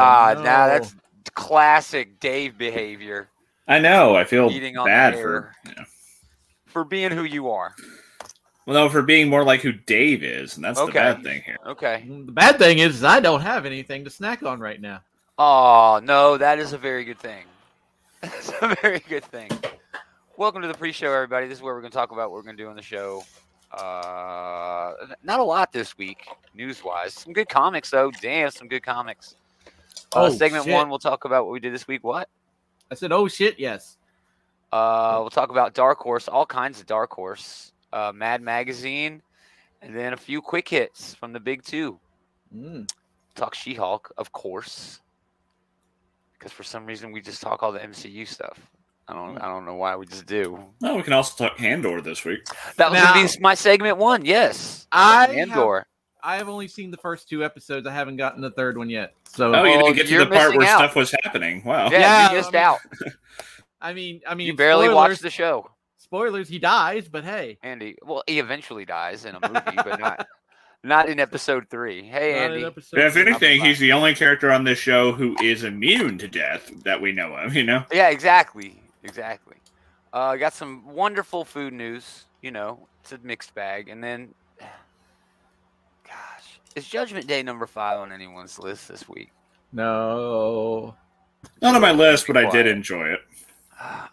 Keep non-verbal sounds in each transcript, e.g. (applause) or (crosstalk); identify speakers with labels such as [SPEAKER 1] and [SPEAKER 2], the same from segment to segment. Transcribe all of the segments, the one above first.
[SPEAKER 1] God, now
[SPEAKER 2] No.
[SPEAKER 1] Ah, that's classic Dave behavior
[SPEAKER 3] I know. I feel
[SPEAKER 1] Eating on the
[SPEAKER 3] bad
[SPEAKER 1] air.
[SPEAKER 3] for. yeah.
[SPEAKER 1] for being who you are.
[SPEAKER 3] Well, no, for being more like who Dave is, and that's
[SPEAKER 1] Okay.
[SPEAKER 3] the bad thing here.
[SPEAKER 1] Okay.
[SPEAKER 2] The bad thing is, is I don't have anything to snack on right now.
[SPEAKER 1] Oh no, that is a very good thing. (laughs) That's a very good thing. Welcome to the pre-show, everybody. This is where we're going to talk about what we're going to do on the show. Uh, n- not a lot this week, news-wise. Some good comics, though. Damn, some good comics. Uh,
[SPEAKER 2] Oh,
[SPEAKER 1] segment
[SPEAKER 2] shit.
[SPEAKER 1] one, we'll talk about what we did this week. What?
[SPEAKER 2] I said, "Oh shit, yes."
[SPEAKER 1] Uh, we'll talk about Dark Horse, all kinds of Dark Horse, uh, Mad Magazine, and then a few quick hits from the big two. Hmm.
[SPEAKER 2] Mm.
[SPEAKER 1] Talk She Hulk, of course, because for some reason we just talk all the MCU stuff. I don't, I don't know why we just do.
[SPEAKER 3] Well, Oh, we can also talk Handor this week.
[SPEAKER 1] That was gonna be
[SPEAKER 2] Now-
[SPEAKER 1] s- my segment one. Yes,
[SPEAKER 2] I have, (laughs)
[SPEAKER 1] Andor.
[SPEAKER 2] I have only seen the first two episodes. I haven't gotten the third one yet. So
[SPEAKER 3] Oh, you
[SPEAKER 1] Well,
[SPEAKER 3] didn't get to
[SPEAKER 1] you're
[SPEAKER 3] the part
[SPEAKER 1] missing
[SPEAKER 3] where
[SPEAKER 1] out.
[SPEAKER 3] stuff was happening. Wow.
[SPEAKER 1] Yeah,
[SPEAKER 2] Yeah,
[SPEAKER 1] you missed
[SPEAKER 2] um,
[SPEAKER 1] out.
[SPEAKER 2] I mean, I mean,
[SPEAKER 1] You barely
[SPEAKER 2] spoilers,
[SPEAKER 1] watched the show,
[SPEAKER 2] spoilers. He dies, but hey,
[SPEAKER 1] Andy. Well, he eventually dies in a movie, but not, not in episode three. Hey,
[SPEAKER 2] not in
[SPEAKER 1] Andy.
[SPEAKER 2] episode
[SPEAKER 3] If
[SPEAKER 2] two.
[SPEAKER 3] anything, he's the only character on this show who is immune to death that we know of. You know.
[SPEAKER 1] Yeah, exactly. Exactly. Uh, got some wonderful food news. You know, it's a mixed bag. And then, gosh, is Judgment Day number five on anyone's list this week? (sighs)
[SPEAKER 2] no.
[SPEAKER 3] Not on my list, but I
[SPEAKER 1] Quiet.
[SPEAKER 3] did enjoy it.
[SPEAKER 1] Uh,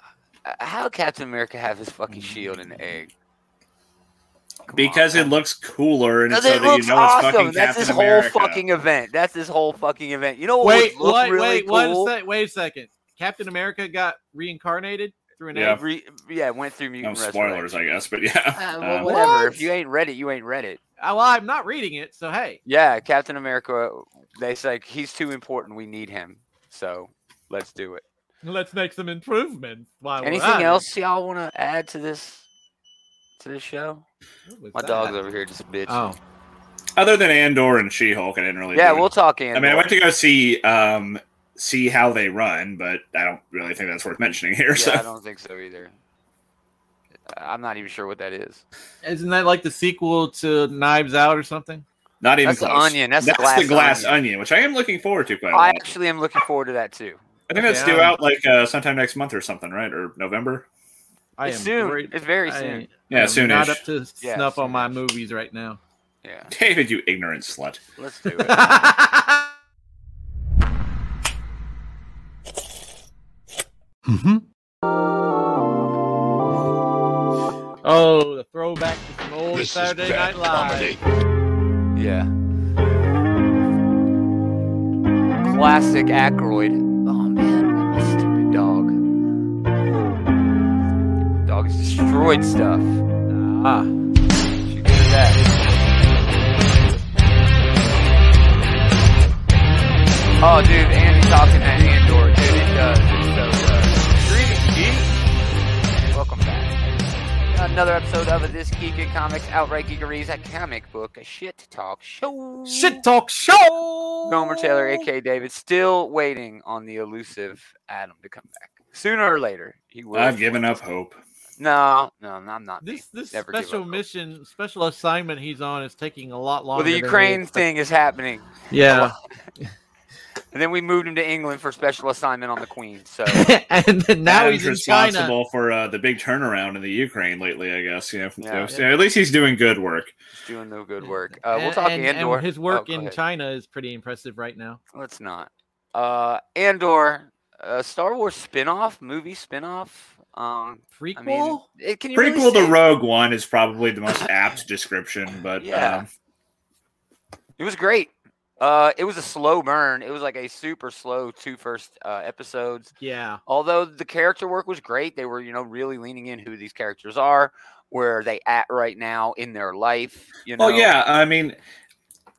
[SPEAKER 1] how did Captain America have his fucking shield and the egg? Come on,
[SPEAKER 3] Because it
[SPEAKER 1] man.
[SPEAKER 3] looks cooler and
[SPEAKER 1] Because
[SPEAKER 3] so that
[SPEAKER 1] it
[SPEAKER 3] you know
[SPEAKER 1] looks
[SPEAKER 3] it's
[SPEAKER 1] awesome.
[SPEAKER 3] fucking
[SPEAKER 1] That's
[SPEAKER 3] Captain
[SPEAKER 1] his
[SPEAKER 3] America.
[SPEAKER 1] whole fucking event. That's his whole fucking event. You know what
[SPEAKER 2] Wait,
[SPEAKER 1] would look
[SPEAKER 2] what,
[SPEAKER 1] Oh, really
[SPEAKER 2] wait,
[SPEAKER 1] cool?
[SPEAKER 2] one sec, wait a second. Captain America got reincarnated through an
[SPEAKER 3] Yeah.
[SPEAKER 2] egg.
[SPEAKER 1] Re- yeah, went through mutant
[SPEAKER 3] No spoilers,
[SPEAKER 1] resurrection.
[SPEAKER 3] I guess, but yeah. (laughs)
[SPEAKER 1] Uh, well,
[SPEAKER 3] Um,
[SPEAKER 1] whatever.
[SPEAKER 2] What?
[SPEAKER 1] If you ain't read it, you ain't read it.
[SPEAKER 2] Oh, well, I'm not reading it, so hey,
[SPEAKER 1] Yeah, Captain America. They say like, he's too important. We need him. So let's do it.
[SPEAKER 2] let's make some improvements. Why would
[SPEAKER 1] Anything
[SPEAKER 2] I?
[SPEAKER 1] else y'all want to add to this to this show?
[SPEAKER 2] What was
[SPEAKER 1] My
[SPEAKER 2] that?
[SPEAKER 1] dog's over here just bitch.
[SPEAKER 2] Oh,
[SPEAKER 3] other than Andor and She Hulk, I didn't really.
[SPEAKER 1] yeah,
[SPEAKER 3] do
[SPEAKER 1] we'll talk in.
[SPEAKER 3] I mean, I went to go see um see how they run, but I don't really think that's worth mentioning here.
[SPEAKER 1] yeah, I
[SPEAKER 3] so
[SPEAKER 1] don't think so either. I'm not even sure what that is.
[SPEAKER 2] isn't that like the sequel to Knives Out or something?
[SPEAKER 3] (laughs) not even
[SPEAKER 1] That's the
[SPEAKER 3] close.
[SPEAKER 1] onion. That's the glass
[SPEAKER 3] the glass
[SPEAKER 1] onion.
[SPEAKER 3] onion. which I am looking forward to quite a
[SPEAKER 1] I
[SPEAKER 3] lot.
[SPEAKER 1] actually am looking forward to that too.
[SPEAKER 3] I think that's
[SPEAKER 2] Okay,
[SPEAKER 3] due
[SPEAKER 2] I'm-
[SPEAKER 3] out like uh, sometime next month or something, right? Or November.
[SPEAKER 2] I
[SPEAKER 1] it's
[SPEAKER 2] am
[SPEAKER 1] soon.
[SPEAKER 2] great-
[SPEAKER 1] It's very
[SPEAKER 2] I-
[SPEAKER 1] soon.
[SPEAKER 3] Yeah,
[SPEAKER 2] I'm
[SPEAKER 3] soonish.
[SPEAKER 2] Not up to
[SPEAKER 1] Yeah,
[SPEAKER 2] snuff on my
[SPEAKER 1] soonish.
[SPEAKER 2] movies right now.
[SPEAKER 1] Yeah,
[SPEAKER 3] (laughs) David, you ignorant slut.
[SPEAKER 1] let's do it.
[SPEAKER 2] That's Mm-hmm. Oh, the throwback to some old Saturday Night Live.
[SPEAKER 1] Yeah. Classic Ackroyd. Oh man, my stupid dog. Dog has destroyed stuff.
[SPEAKER 2] Ah,
[SPEAKER 1] She did that. Oh, dude, Andy talking that Andor, dude, it does. It's so good. Greetings, geeks. Welcome back. Another episode of this Geek and Comics Outright Geekeries, a comic book, a shit talk show.
[SPEAKER 2] shit talk show.
[SPEAKER 1] Gomer Taylor,
[SPEAKER 2] Oh.
[SPEAKER 1] aka David, still waiting on the elusive Adam to come back. Sooner or later, he will.
[SPEAKER 3] I've given up hope.
[SPEAKER 1] No, no, I'm not. me.
[SPEAKER 2] This this
[SPEAKER 1] Never give up
[SPEAKER 2] special
[SPEAKER 1] hope.
[SPEAKER 2] mission, special assignment he's on is taking a lot
[SPEAKER 1] Well,
[SPEAKER 2] longer.
[SPEAKER 1] the
[SPEAKER 2] than we
[SPEAKER 1] Ukraine
[SPEAKER 2] expected.
[SPEAKER 1] thing is happening,
[SPEAKER 2] Yeah,
[SPEAKER 1] and then we moved him to England for special assignment on the Queen. So
[SPEAKER 2] (laughs) and then now
[SPEAKER 3] Adam's
[SPEAKER 2] he's in China.
[SPEAKER 3] responsible for uh, the big turnaround in the Ukraine lately, I guess. You know, so-
[SPEAKER 1] Yeah.
[SPEAKER 3] so at least he's doing good work.
[SPEAKER 1] he's doing no good work. Uh, we'll
[SPEAKER 2] And-
[SPEAKER 1] talk
[SPEAKER 2] and, and
[SPEAKER 1] Andor.
[SPEAKER 2] his
[SPEAKER 1] Oh,
[SPEAKER 2] work
[SPEAKER 1] go
[SPEAKER 2] in
[SPEAKER 1] ahead.
[SPEAKER 2] China is pretty impressive right now.
[SPEAKER 1] Let's not. Uh, Andor, a Star Wars spin-off movie spin-off. Um,
[SPEAKER 2] Prequel.
[SPEAKER 1] I mean, it, can you really
[SPEAKER 3] Prequel
[SPEAKER 1] say-
[SPEAKER 3] to Rogue One is probably the most apt description, but
[SPEAKER 1] Yeah.
[SPEAKER 3] um,
[SPEAKER 1] It was great. Uh, it was a slow burn. It was like a super slow two first uh, episodes.
[SPEAKER 2] yeah.
[SPEAKER 1] although the character work was great they were you know really leaning in who these characters are where are they at right now in their life you know
[SPEAKER 3] well, Oh, yeah, I mean,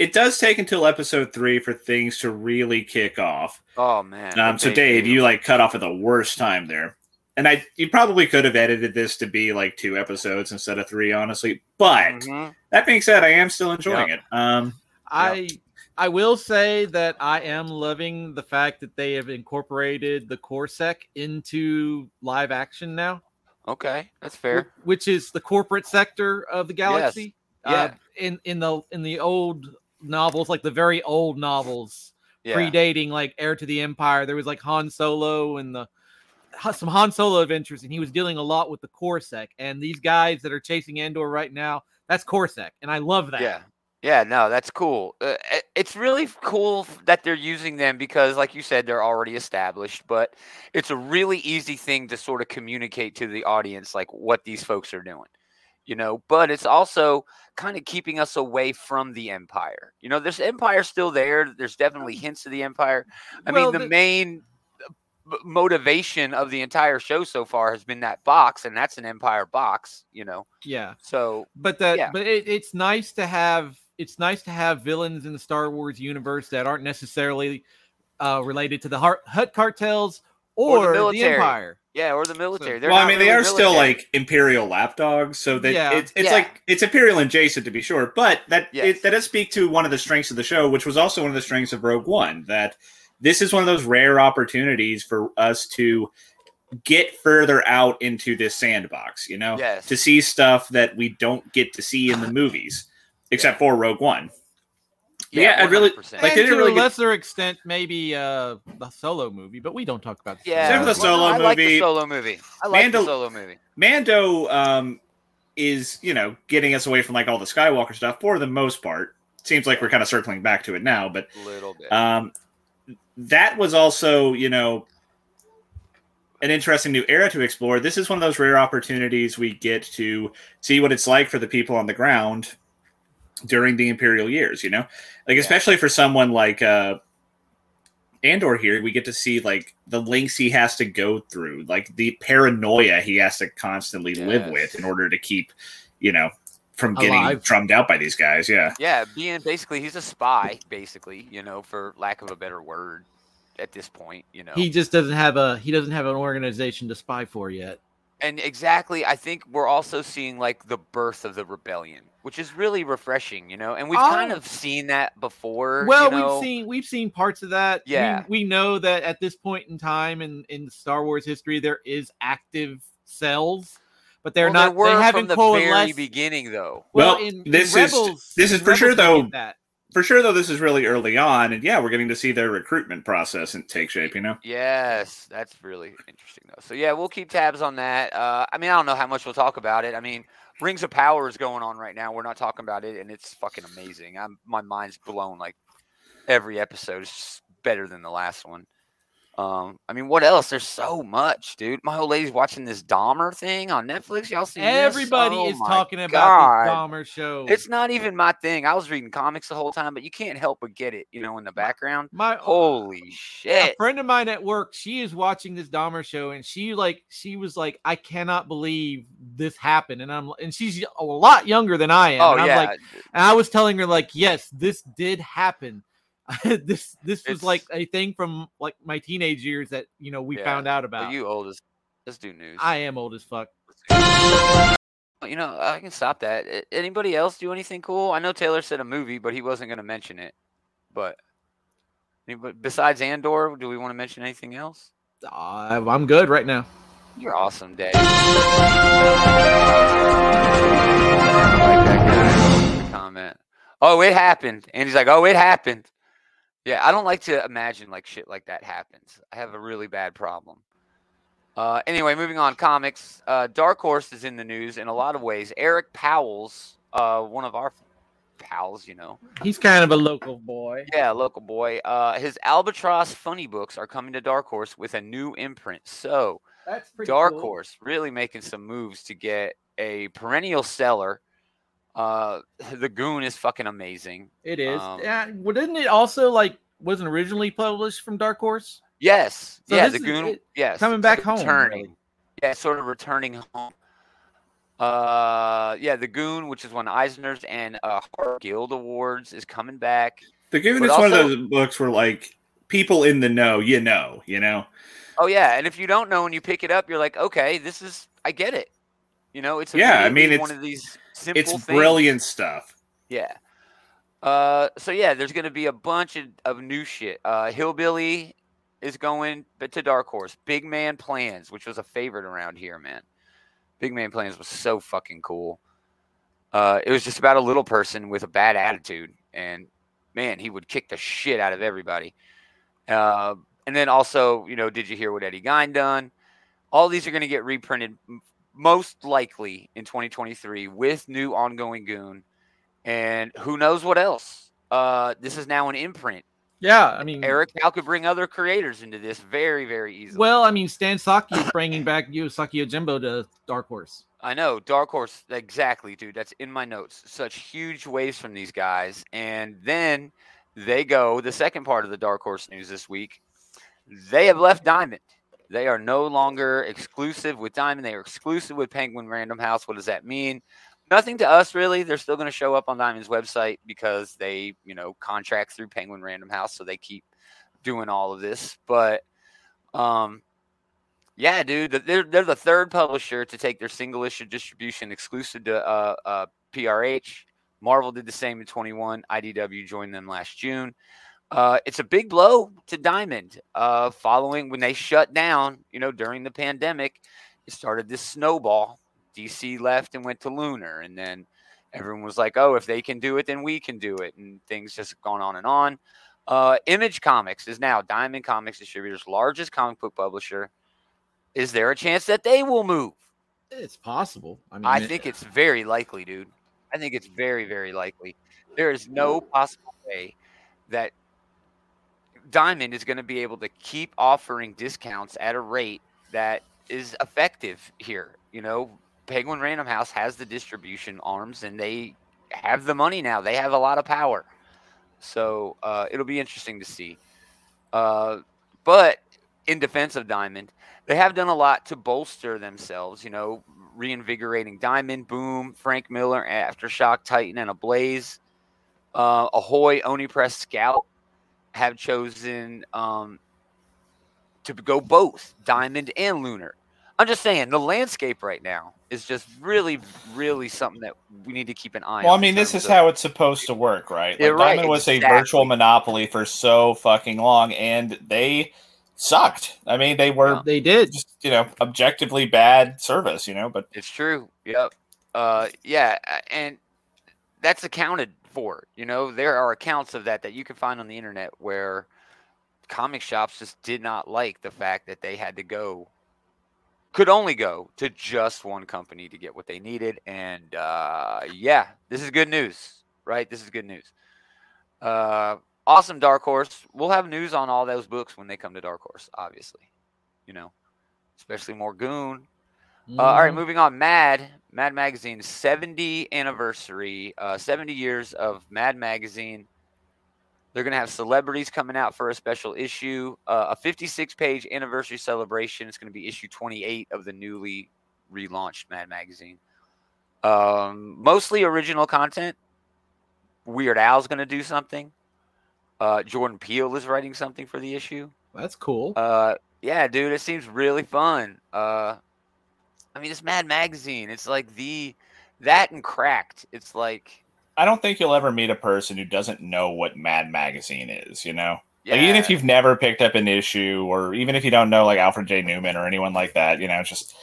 [SPEAKER 3] it does take until episode three for things to really kick off.
[SPEAKER 1] oh man
[SPEAKER 3] Um,
[SPEAKER 1] what
[SPEAKER 3] so,
[SPEAKER 1] they
[SPEAKER 3] Dave,
[SPEAKER 1] do.
[SPEAKER 3] you like cut off at the worst time there, and I you probably could have edited this to be like two episodes instead of three, honestly. But
[SPEAKER 1] Mhm.
[SPEAKER 3] that being said, I am still enjoying it. Um,
[SPEAKER 2] I I will say that I am loving the fact that they have incorporated the Corsec into live action now,
[SPEAKER 1] okay that's
[SPEAKER 2] wh-
[SPEAKER 1] fair
[SPEAKER 2] which is the corporate sector of the galaxy.
[SPEAKER 3] uh,
[SPEAKER 1] Yeah.
[SPEAKER 2] Uh, in in the in the old novels, like the very old novels
[SPEAKER 1] Yeah.
[SPEAKER 2] predating like Heir to the Empire. There was like Han Solo and the ha- some Han Solo adventures, and he was dealing a lot with the Corsac and these guys that are chasing Andor right now. That's Corsac, and I love that.
[SPEAKER 1] Yeah. Yeah, no, that's cool. Uh, i- it's really f- cool f- that they're using them because, like you said, they're already established, but it's a really easy thing to sort of communicate to the audience, like what these folks are doing, you know. But it's also kind of keeping us away from the empire. You know, there's empire's still there, there's definitely hints of the empire. I mean,
[SPEAKER 2] Well,
[SPEAKER 1] the,
[SPEAKER 2] the-
[SPEAKER 1] main uh, b- motivation of the entire show so far has been that box, and that's an empire box, you know.
[SPEAKER 2] yeah.
[SPEAKER 1] So,
[SPEAKER 2] but that
[SPEAKER 1] Yeah.
[SPEAKER 2] but it, it's nice to have it's nice to have villains in the Star Wars universe that aren't necessarily uh, related to the Har- Hut cartels
[SPEAKER 1] Or the
[SPEAKER 2] or, the,
[SPEAKER 1] military.
[SPEAKER 2] Empire.
[SPEAKER 1] yeah, or the military. They're
[SPEAKER 3] well, I
[SPEAKER 1] not
[SPEAKER 3] mean, they
[SPEAKER 1] really
[SPEAKER 3] are still
[SPEAKER 1] military.
[SPEAKER 3] like imperial lapdogs, so that
[SPEAKER 2] Yeah.
[SPEAKER 3] it's it's
[SPEAKER 1] Yeah.
[SPEAKER 3] like it's imperial adjacent to be sure, but that
[SPEAKER 1] Yes.
[SPEAKER 3] it, that does speak to one of the strengths of the show, which was also one of the strengths of Rogue One. That this is one of those rare opportunities for us to get further out into this sandbox, you know,
[SPEAKER 1] Yes.
[SPEAKER 3] to see stuff that we don't get to see in
[SPEAKER 1] (laughs)
[SPEAKER 3] the movies, except for Rogue One. Yeah, I really-
[SPEAKER 1] 100%.
[SPEAKER 3] Like, they
[SPEAKER 2] and
[SPEAKER 3] did a
[SPEAKER 2] to
[SPEAKER 3] really
[SPEAKER 2] a
[SPEAKER 3] good-
[SPEAKER 2] lesser extent, maybe uh, the Solo movie, but we don't talk about the
[SPEAKER 1] Yeah,
[SPEAKER 3] Except for the
[SPEAKER 1] well, no,
[SPEAKER 3] solo
[SPEAKER 1] I like the
[SPEAKER 3] movie.
[SPEAKER 1] solo movie. I like the
[SPEAKER 3] Mandal-
[SPEAKER 1] solo movie.
[SPEAKER 3] Mando um, is, you know, getting us away from like all the Skywalker stuff for the most part. Seems like we're kind of circling back to it now, but
[SPEAKER 1] A little
[SPEAKER 2] Uh,
[SPEAKER 1] bit.
[SPEAKER 3] um, that was also, you know, an interesting new era to explore. This is one of those rare opportunities we get to see what it's like for the people on the ground during the imperial years. You know, like
[SPEAKER 1] Yeah.
[SPEAKER 3] especially for someone like uh, Andor here, we get to see like the links he has to go through, like the paranoia he has to constantly live
[SPEAKER 1] Yes.
[SPEAKER 3] with in order to keep, you know, from getting
[SPEAKER 2] Alive.
[SPEAKER 3] drummed out by these guys. Yeah.
[SPEAKER 1] yeah, being basically he's a spy, basically, you know, for lack of a better word at this point, you know.
[SPEAKER 2] He just doesn't have a he doesn't have an organization to spy for yet.
[SPEAKER 1] and exactly, I think we're also seeing like the birth of the rebellion, which is really refreshing, you know. And we've kind
[SPEAKER 2] Oh.
[SPEAKER 1] of seen that before.
[SPEAKER 2] Well,
[SPEAKER 1] you know?
[SPEAKER 2] we've seen we've seen parts of that. We-
[SPEAKER 1] Yeah.
[SPEAKER 2] we, know that at this point in time in in Star Wars history, there is active cells, but they're
[SPEAKER 1] Well, there
[SPEAKER 2] not.
[SPEAKER 1] were
[SPEAKER 2] they haven't
[SPEAKER 1] from the very
[SPEAKER 2] coalesced.
[SPEAKER 1] beginning, though.
[SPEAKER 2] Well,
[SPEAKER 3] Well,
[SPEAKER 2] in, in
[SPEAKER 3] this is-
[SPEAKER 2] Rebels,
[SPEAKER 3] this is
[SPEAKER 2] in
[SPEAKER 3] for sure,
[SPEAKER 2] Rebels we
[SPEAKER 3] though.
[SPEAKER 2] get That.
[SPEAKER 3] for sure though this is really early on and yeah we're getting to see their recruitment process and take shape you know
[SPEAKER 1] Yes, that's really interesting though. So yeah, we'll keep tabs on that. Uh, I mean, I don't know how much we'll talk about it. I mean, Rings of Power is going on right now. We're not talking about it, and it's fucking amazing. I'm my mind's blown. Like every episode is just better than the last one. Um, I mean, what else? There's so much, dude. My old lady's watching this Dahmer thing on Netflix. Y'all see?
[SPEAKER 2] Everybody
[SPEAKER 1] this?
[SPEAKER 2] is
[SPEAKER 1] Oh my
[SPEAKER 2] talking about
[SPEAKER 1] God.
[SPEAKER 2] the Dahmer show.
[SPEAKER 1] It's not even my thing. I was reading comics the whole time, but you can't help but get it, you know, in the background.
[SPEAKER 2] my
[SPEAKER 1] Holy
[SPEAKER 2] a
[SPEAKER 1] shit!
[SPEAKER 2] friend of mine at work. She is watching this Dahmer show, and she like she was like, I cannot believe this happened. And I'm and she's a lot younger than I am.
[SPEAKER 1] Oh
[SPEAKER 2] and I'm
[SPEAKER 1] yeah,
[SPEAKER 2] like, and I was telling her like, yes, this did happen. (laughs) this this
[SPEAKER 1] It's-
[SPEAKER 2] was like a thing from like my teenage years that you know we
[SPEAKER 1] Yeah.
[SPEAKER 2] found out
[SPEAKER 1] Are
[SPEAKER 2] about.
[SPEAKER 1] you old as let's do news.
[SPEAKER 2] I am old as fuck.
[SPEAKER 1] you know, I can stop that. A- Anybody else do anything cool? I know Taylor said a movie, but he wasn't going to mention it. But anybody, besides Andor, do we want to mention anything else?
[SPEAKER 2] Uh, I'm good right now.
[SPEAKER 1] You're awesome, Dave. I like that guy. The Comment. Oh, it happened, and he's like, "Oh, it happened." Yeah, I don't like to imagine like shit like that happens. I have a really bad problem. Uh, anyway, moving on. Comics. Uh, Dark Horse is in the news in a lot of ways. Eric Powell's, uh, one of our pals, you know,
[SPEAKER 2] He's kind of a local boy.
[SPEAKER 1] yeah, local boy. Uh, his Albatross funny books are coming to Dark Horse with a new imprint. So
[SPEAKER 2] That's pretty
[SPEAKER 1] Dark
[SPEAKER 2] cool.
[SPEAKER 1] Horse really making some moves to get a perennial seller. Uh, (laughs) the Goon is fucking amazing.
[SPEAKER 2] It is.
[SPEAKER 1] Um,
[SPEAKER 2] yeah. Well, didn't it also like wasn't originally published from Dark Horse?
[SPEAKER 1] Yes,
[SPEAKER 2] So
[SPEAKER 1] yeah,
[SPEAKER 2] this
[SPEAKER 1] the
[SPEAKER 2] is
[SPEAKER 1] Goon.
[SPEAKER 2] it
[SPEAKER 1] yes,
[SPEAKER 2] coming
[SPEAKER 1] it's
[SPEAKER 2] back home, really.
[SPEAKER 1] Returning, yeah, sort of returning home. Uh, yeah, the Goon, which is one of Eisner's and uh, Horror Guild Awards, is coming back.
[SPEAKER 3] the given
[SPEAKER 1] But
[SPEAKER 3] it's one of
[SPEAKER 1] also-
[SPEAKER 3] those books where like people in the know you know you know
[SPEAKER 1] Oh yeah, and if you don't know and you pick it up, you're like, okay, this is I get it. You know, it's
[SPEAKER 3] Yeah, I mean,
[SPEAKER 1] immediately one
[SPEAKER 3] it's-
[SPEAKER 1] of these simple.
[SPEAKER 3] it's
[SPEAKER 1] things.
[SPEAKER 3] brilliant stuff
[SPEAKER 1] Yeah. Uh, so yeah, there's gonna be a bunch of, of new shit. Uh, Hillbilly is going but to Dark Horse. Big Man Plans, which was a favorite around here, man. Big Man Plans was so fucking cool. Uh, it was just about a little person with a bad attitude, and man, he would kick the shit out of everybody. Uh, and then also, you know, did you hear what Eddie Gein done? All these are going to get reprinted m- most likely in 2023 with new ongoing goon, and who knows what else. Uh, this is now an imprint.
[SPEAKER 2] Yeah, I mean,
[SPEAKER 1] Eric now could bring other creators into this very, very easily.
[SPEAKER 2] Well, I mean, Stan Saki is bringing back Yosaki Ojimbo to Dark Horse.
[SPEAKER 1] I know Dark Horse exactly, dude. That's in my notes. Such huge waves from these guys, and then they go. The second part of the Dark Horse news this week, they have left Diamond. They are no longer exclusive with Diamond. They are exclusive with Penguin Random House. What does that mean? Nothing to us really. They're still going to show up on Diamond's website because they, you know, contract through Penguin Random House, so they keep doing all of this. But um, yeah, dude, th- they're they're the third publisher to take their single issue distribution exclusive to uh, uh, PRH. Marvel did the same in 21. IDW joined them last June. Uh, it's a big blow to Diamond. Uh, following when they shut down, you know, during the pandemic, it started this snowball. DC left and went to Lunar, and then everyone was like, "Oh, if they can do it, then we can do it," and things just gone on and on. Uh, Image Comics is now Diamond Comics Distributors' largest comic book publisher. Is there a chance that they will move?
[SPEAKER 2] It's possible. I mean,
[SPEAKER 1] I
[SPEAKER 2] it-
[SPEAKER 1] think it's very likely, dude. I think it's very, very likely. There is no possible way that Diamond is going to be able to keep offering discounts at a rate that is effective here. You know, Penguin Random House has the distribution arms and they have the money now. They have a lot of power. So uh, it'll be interesting to see. Uh, but in defense of Diamond, they have done a lot to bolster themselves, you know, reinvigorating Diamond, Boom, Frank Miller, Aftershock, Titan, and Ablaze. Uh, Ahoy, Oni Press, Scout have chosen um, to go both Diamond and Lunar. I'm just saying the landscape right now is just really, really something that we need to keep an eye on.
[SPEAKER 4] Well, I
[SPEAKER 1] in
[SPEAKER 4] mean, this
[SPEAKER 1] terms
[SPEAKER 4] is
[SPEAKER 1] of-
[SPEAKER 4] how it's supposed to work, right?
[SPEAKER 1] Yeah,
[SPEAKER 4] Like,
[SPEAKER 1] right,
[SPEAKER 4] Diamond was a
[SPEAKER 1] exactly.
[SPEAKER 4] virtual monopoly for so fucking long, and they sucked. I mean, they were
[SPEAKER 2] they did.
[SPEAKER 4] just you know objectively bad service, you know. But
[SPEAKER 1] It's true. Yep. Uh, yeah, a- and that's accounted for. You know, there are accounts of that that you can find on the internet where comic shops just did not like the fact that they had to go, could only go to just one company to get what they needed. And uh, yeah, this is good news, right? This is good news. Uh, awesome, Dark Horse. We'll have news on all those books when they come to Dark Horse, obviously. You know, especially more Goon. Uh, all right,
[SPEAKER 2] Mhm.
[SPEAKER 1] moving on. Mad Mad Magazine's 70 anniversary, uh, 70 years of Mad Magazine. They're gonna have celebrities coming out for a special issue, uh, a 56-page anniversary celebration. It's gonna be issue 28 of the newly relaunched Mad Magazine. Um, mostly original content. Weird Al's gonna do something. Uh, Jordan Peele is writing something for the issue.
[SPEAKER 2] That's cool.
[SPEAKER 1] Uh, yeah, dude, it seems really fun. Uh, I mean, it's Mad Magazine. It's like the that and Cracked. It's like
[SPEAKER 4] I don't think you'll ever meet a person who doesn't know what Mad Magazine is, you know.
[SPEAKER 1] yeah,
[SPEAKER 4] Like, even if you've never picked up an issue, or even if you don't know like Alfred J. Newman or anyone like that, you know, it's just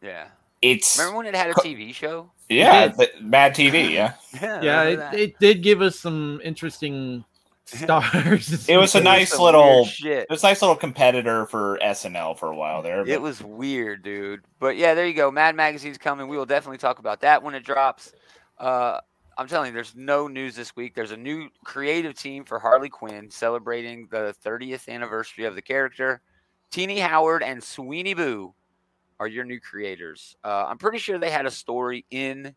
[SPEAKER 1] yeah.
[SPEAKER 4] it's
[SPEAKER 1] Remember when it had a
[SPEAKER 4] Co-
[SPEAKER 1] TV show? (laughs)
[SPEAKER 4] yeah,
[SPEAKER 2] It
[SPEAKER 4] th- Mad TV, yeah.
[SPEAKER 2] yeah,
[SPEAKER 1] remember
[SPEAKER 2] it,
[SPEAKER 1] that?
[SPEAKER 2] it did give us some interesting stars.
[SPEAKER 4] (laughs) It was a
[SPEAKER 1] It was
[SPEAKER 4] nice
[SPEAKER 1] some
[SPEAKER 4] little-
[SPEAKER 1] weird shit.
[SPEAKER 4] It was a nice little competitor for SNL for a while there. but-
[SPEAKER 1] It was weird, dude. But yeah, there you go. Mad Magazine's coming. We will definitely talk about that when it drops. Uh, I'm telling you, there's no news this week. There's a new creative team for Harley Quinn celebrating the 30th anniversary of the character. Teeny Howard and Sweeney Boo are your new creators. Uh, I'm pretty sure they had a story in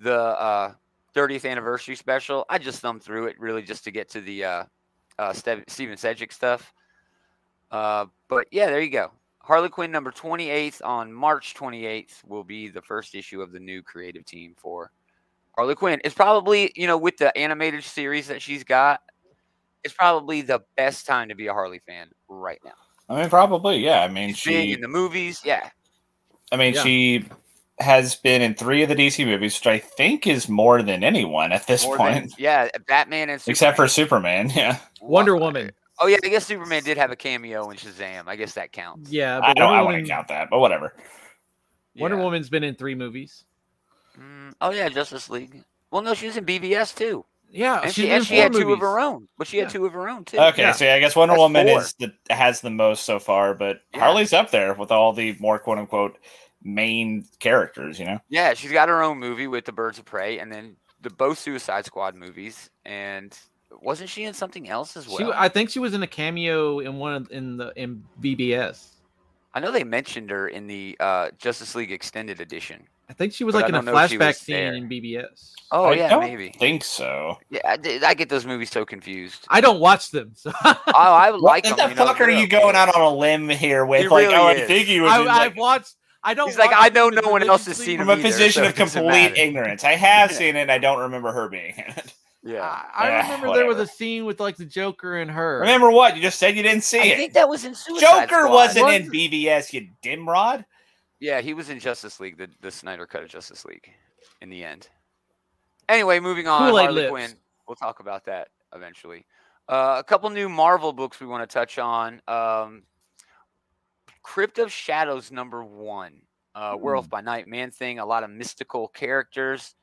[SPEAKER 1] the uh, 30th anniversary special. I just thumbed through it really just to get to the uh, uh, Stev- Steven Sedgwick stuff. Uh, but yeah, there you go. Harley Quinn number 28th on March 28th will be the first issue of the new creative team for Harley Quinn. It's probably, you know, with the animated series that she's got, it's probably the best time to be a Harley fan right now.
[SPEAKER 4] I mean, probably, yeah. I mean,
[SPEAKER 1] She's big
[SPEAKER 4] she
[SPEAKER 1] in the movies. Yeah.
[SPEAKER 4] I mean,
[SPEAKER 2] Yeah.
[SPEAKER 4] she has been in three of the DC movies, which I think is more than anyone at this
[SPEAKER 1] More
[SPEAKER 4] point,
[SPEAKER 1] than, yeah. Batman and Superman.
[SPEAKER 4] except for Superman. (laughs) Yeah,
[SPEAKER 2] (laughs) Wonder Woman.
[SPEAKER 1] Oh, yeah. I guess Superman did have a cameo in Shazam. I guess that counts.
[SPEAKER 2] Yeah,
[SPEAKER 4] I don't.
[SPEAKER 2] but Wonder,
[SPEAKER 4] I
[SPEAKER 2] Woman,
[SPEAKER 4] wouldn't count that, but whatever.
[SPEAKER 2] Wonder
[SPEAKER 1] Yeah.
[SPEAKER 2] Woman's been in three movies.
[SPEAKER 1] Mm, oh, yeah. Justice League. Well, no, she was in BVS too.
[SPEAKER 2] Yeah,
[SPEAKER 1] And
[SPEAKER 2] she's
[SPEAKER 1] she,
[SPEAKER 2] been in
[SPEAKER 1] and she
[SPEAKER 2] four
[SPEAKER 1] had two of
[SPEAKER 2] movies.
[SPEAKER 1] her own, but she had
[SPEAKER 2] Yeah.
[SPEAKER 1] two of her own too.
[SPEAKER 3] Okay,
[SPEAKER 2] Yeah.
[SPEAKER 3] so yeah, I guess Wonder
[SPEAKER 1] That's
[SPEAKER 3] Woman
[SPEAKER 1] four.
[SPEAKER 3] is the has the most so far, but
[SPEAKER 1] Yeah.
[SPEAKER 3] Harley's up there with all the more quote unquote main characters, you know.
[SPEAKER 1] Yeah, she's got her own movie with the Birds of Prey, and then the both Suicide Squad movies, and wasn't she in something else as well?
[SPEAKER 2] She,
[SPEAKER 1] I,
[SPEAKER 2] I think she was in a cameo in one of, in the in VBS.
[SPEAKER 1] know they mentioned her in the uh, Justice League Extended Edition.
[SPEAKER 2] I think she was
[SPEAKER 1] But
[SPEAKER 2] like
[SPEAKER 1] I
[SPEAKER 2] in a
[SPEAKER 1] don't know if she was
[SPEAKER 2] flashback scene
[SPEAKER 1] there.
[SPEAKER 2] in BBS.
[SPEAKER 1] Oh
[SPEAKER 3] I
[SPEAKER 1] yeah,
[SPEAKER 3] don't
[SPEAKER 1] maybe.
[SPEAKER 3] Think so.
[SPEAKER 1] Yeah, I, did- I get those movies so
[SPEAKER 3] (laughs)
[SPEAKER 1] confused.
[SPEAKER 2] I don't watch them, so
[SPEAKER 1] Oh, I like
[SPEAKER 3] what
[SPEAKER 1] them.
[SPEAKER 3] the
[SPEAKER 1] you know,
[SPEAKER 3] fuck are
[SPEAKER 1] they're
[SPEAKER 3] you
[SPEAKER 1] okay.
[SPEAKER 3] going out on a limb here with?
[SPEAKER 1] He
[SPEAKER 3] like,
[SPEAKER 1] really
[SPEAKER 3] oh, I
[SPEAKER 1] is.
[SPEAKER 3] think he was
[SPEAKER 2] I,
[SPEAKER 3] in,
[SPEAKER 2] I've
[SPEAKER 3] like,
[SPEAKER 2] watched. I don't.
[SPEAKER 1] He's like,
[SPEAKER 2] watch
[SPEAKER 1] I know
[SPEAKER 2] them
[SPEAKER 1] no one else has
[SPEAKER 2] religiously
[SPEAKER 1] seen
[SPEAKER 3] from
[SPEAKER 1] him
[SPEAKER 3] a
[SPEAKER 1] either,
[SPEAKER 3] position
[SPEAKER 1] so
[SPEAKER 3] of
[SPEAKER 1] it doesn't
[SPEAKER 3] complete
[SPEAKER 1] matter.
[SPEAKER 3] ignorance. I have
[SPEAKER 1] Yeah.
[SPEAKER 3] seen it. I don't remember her being in it.
[SPEAKER 1] Yeah,
[SPEAKER 2] I, I
[SPEAKER 3] Yeah,
[SPEAKER 2] remember there was a
[SPEAKER 3] whatever.
[SPEAKER 2] scene with like the Joker and her.
[SPEAKER 3] Remember what? You just said you didn't see
[SPEAKER 1] I
[SPEAKER 3] it.
[SPEAKER 1] think that was in Suicide
[SPEAKER 3] Joker
[SPEAKER 1] Squad.
[SPEAKER 3] wasn't
[SPEAKER 2] Was
[SPEAKER 3] in
[SPEAKER 2] it?
[SPEAKER 3] BBS, you dimrod.
[SPEAKER 1] Yeah, he was in Justice League, the, the Snyder cut of Justice League in the end. Anyway, moving on,
[SPEAKER 2] Kool-Aid
[SPEAKER 1] Harley
[SPEAKER 2] lips.
[SPEAKER 1] Quinn. We'll talk about that eventually. Uh, a couple new Marvel books we want to touch on. Um, Crypt of Shadows number one, uh, Werewolf by Night, Man Thing, a lot of mystical characters.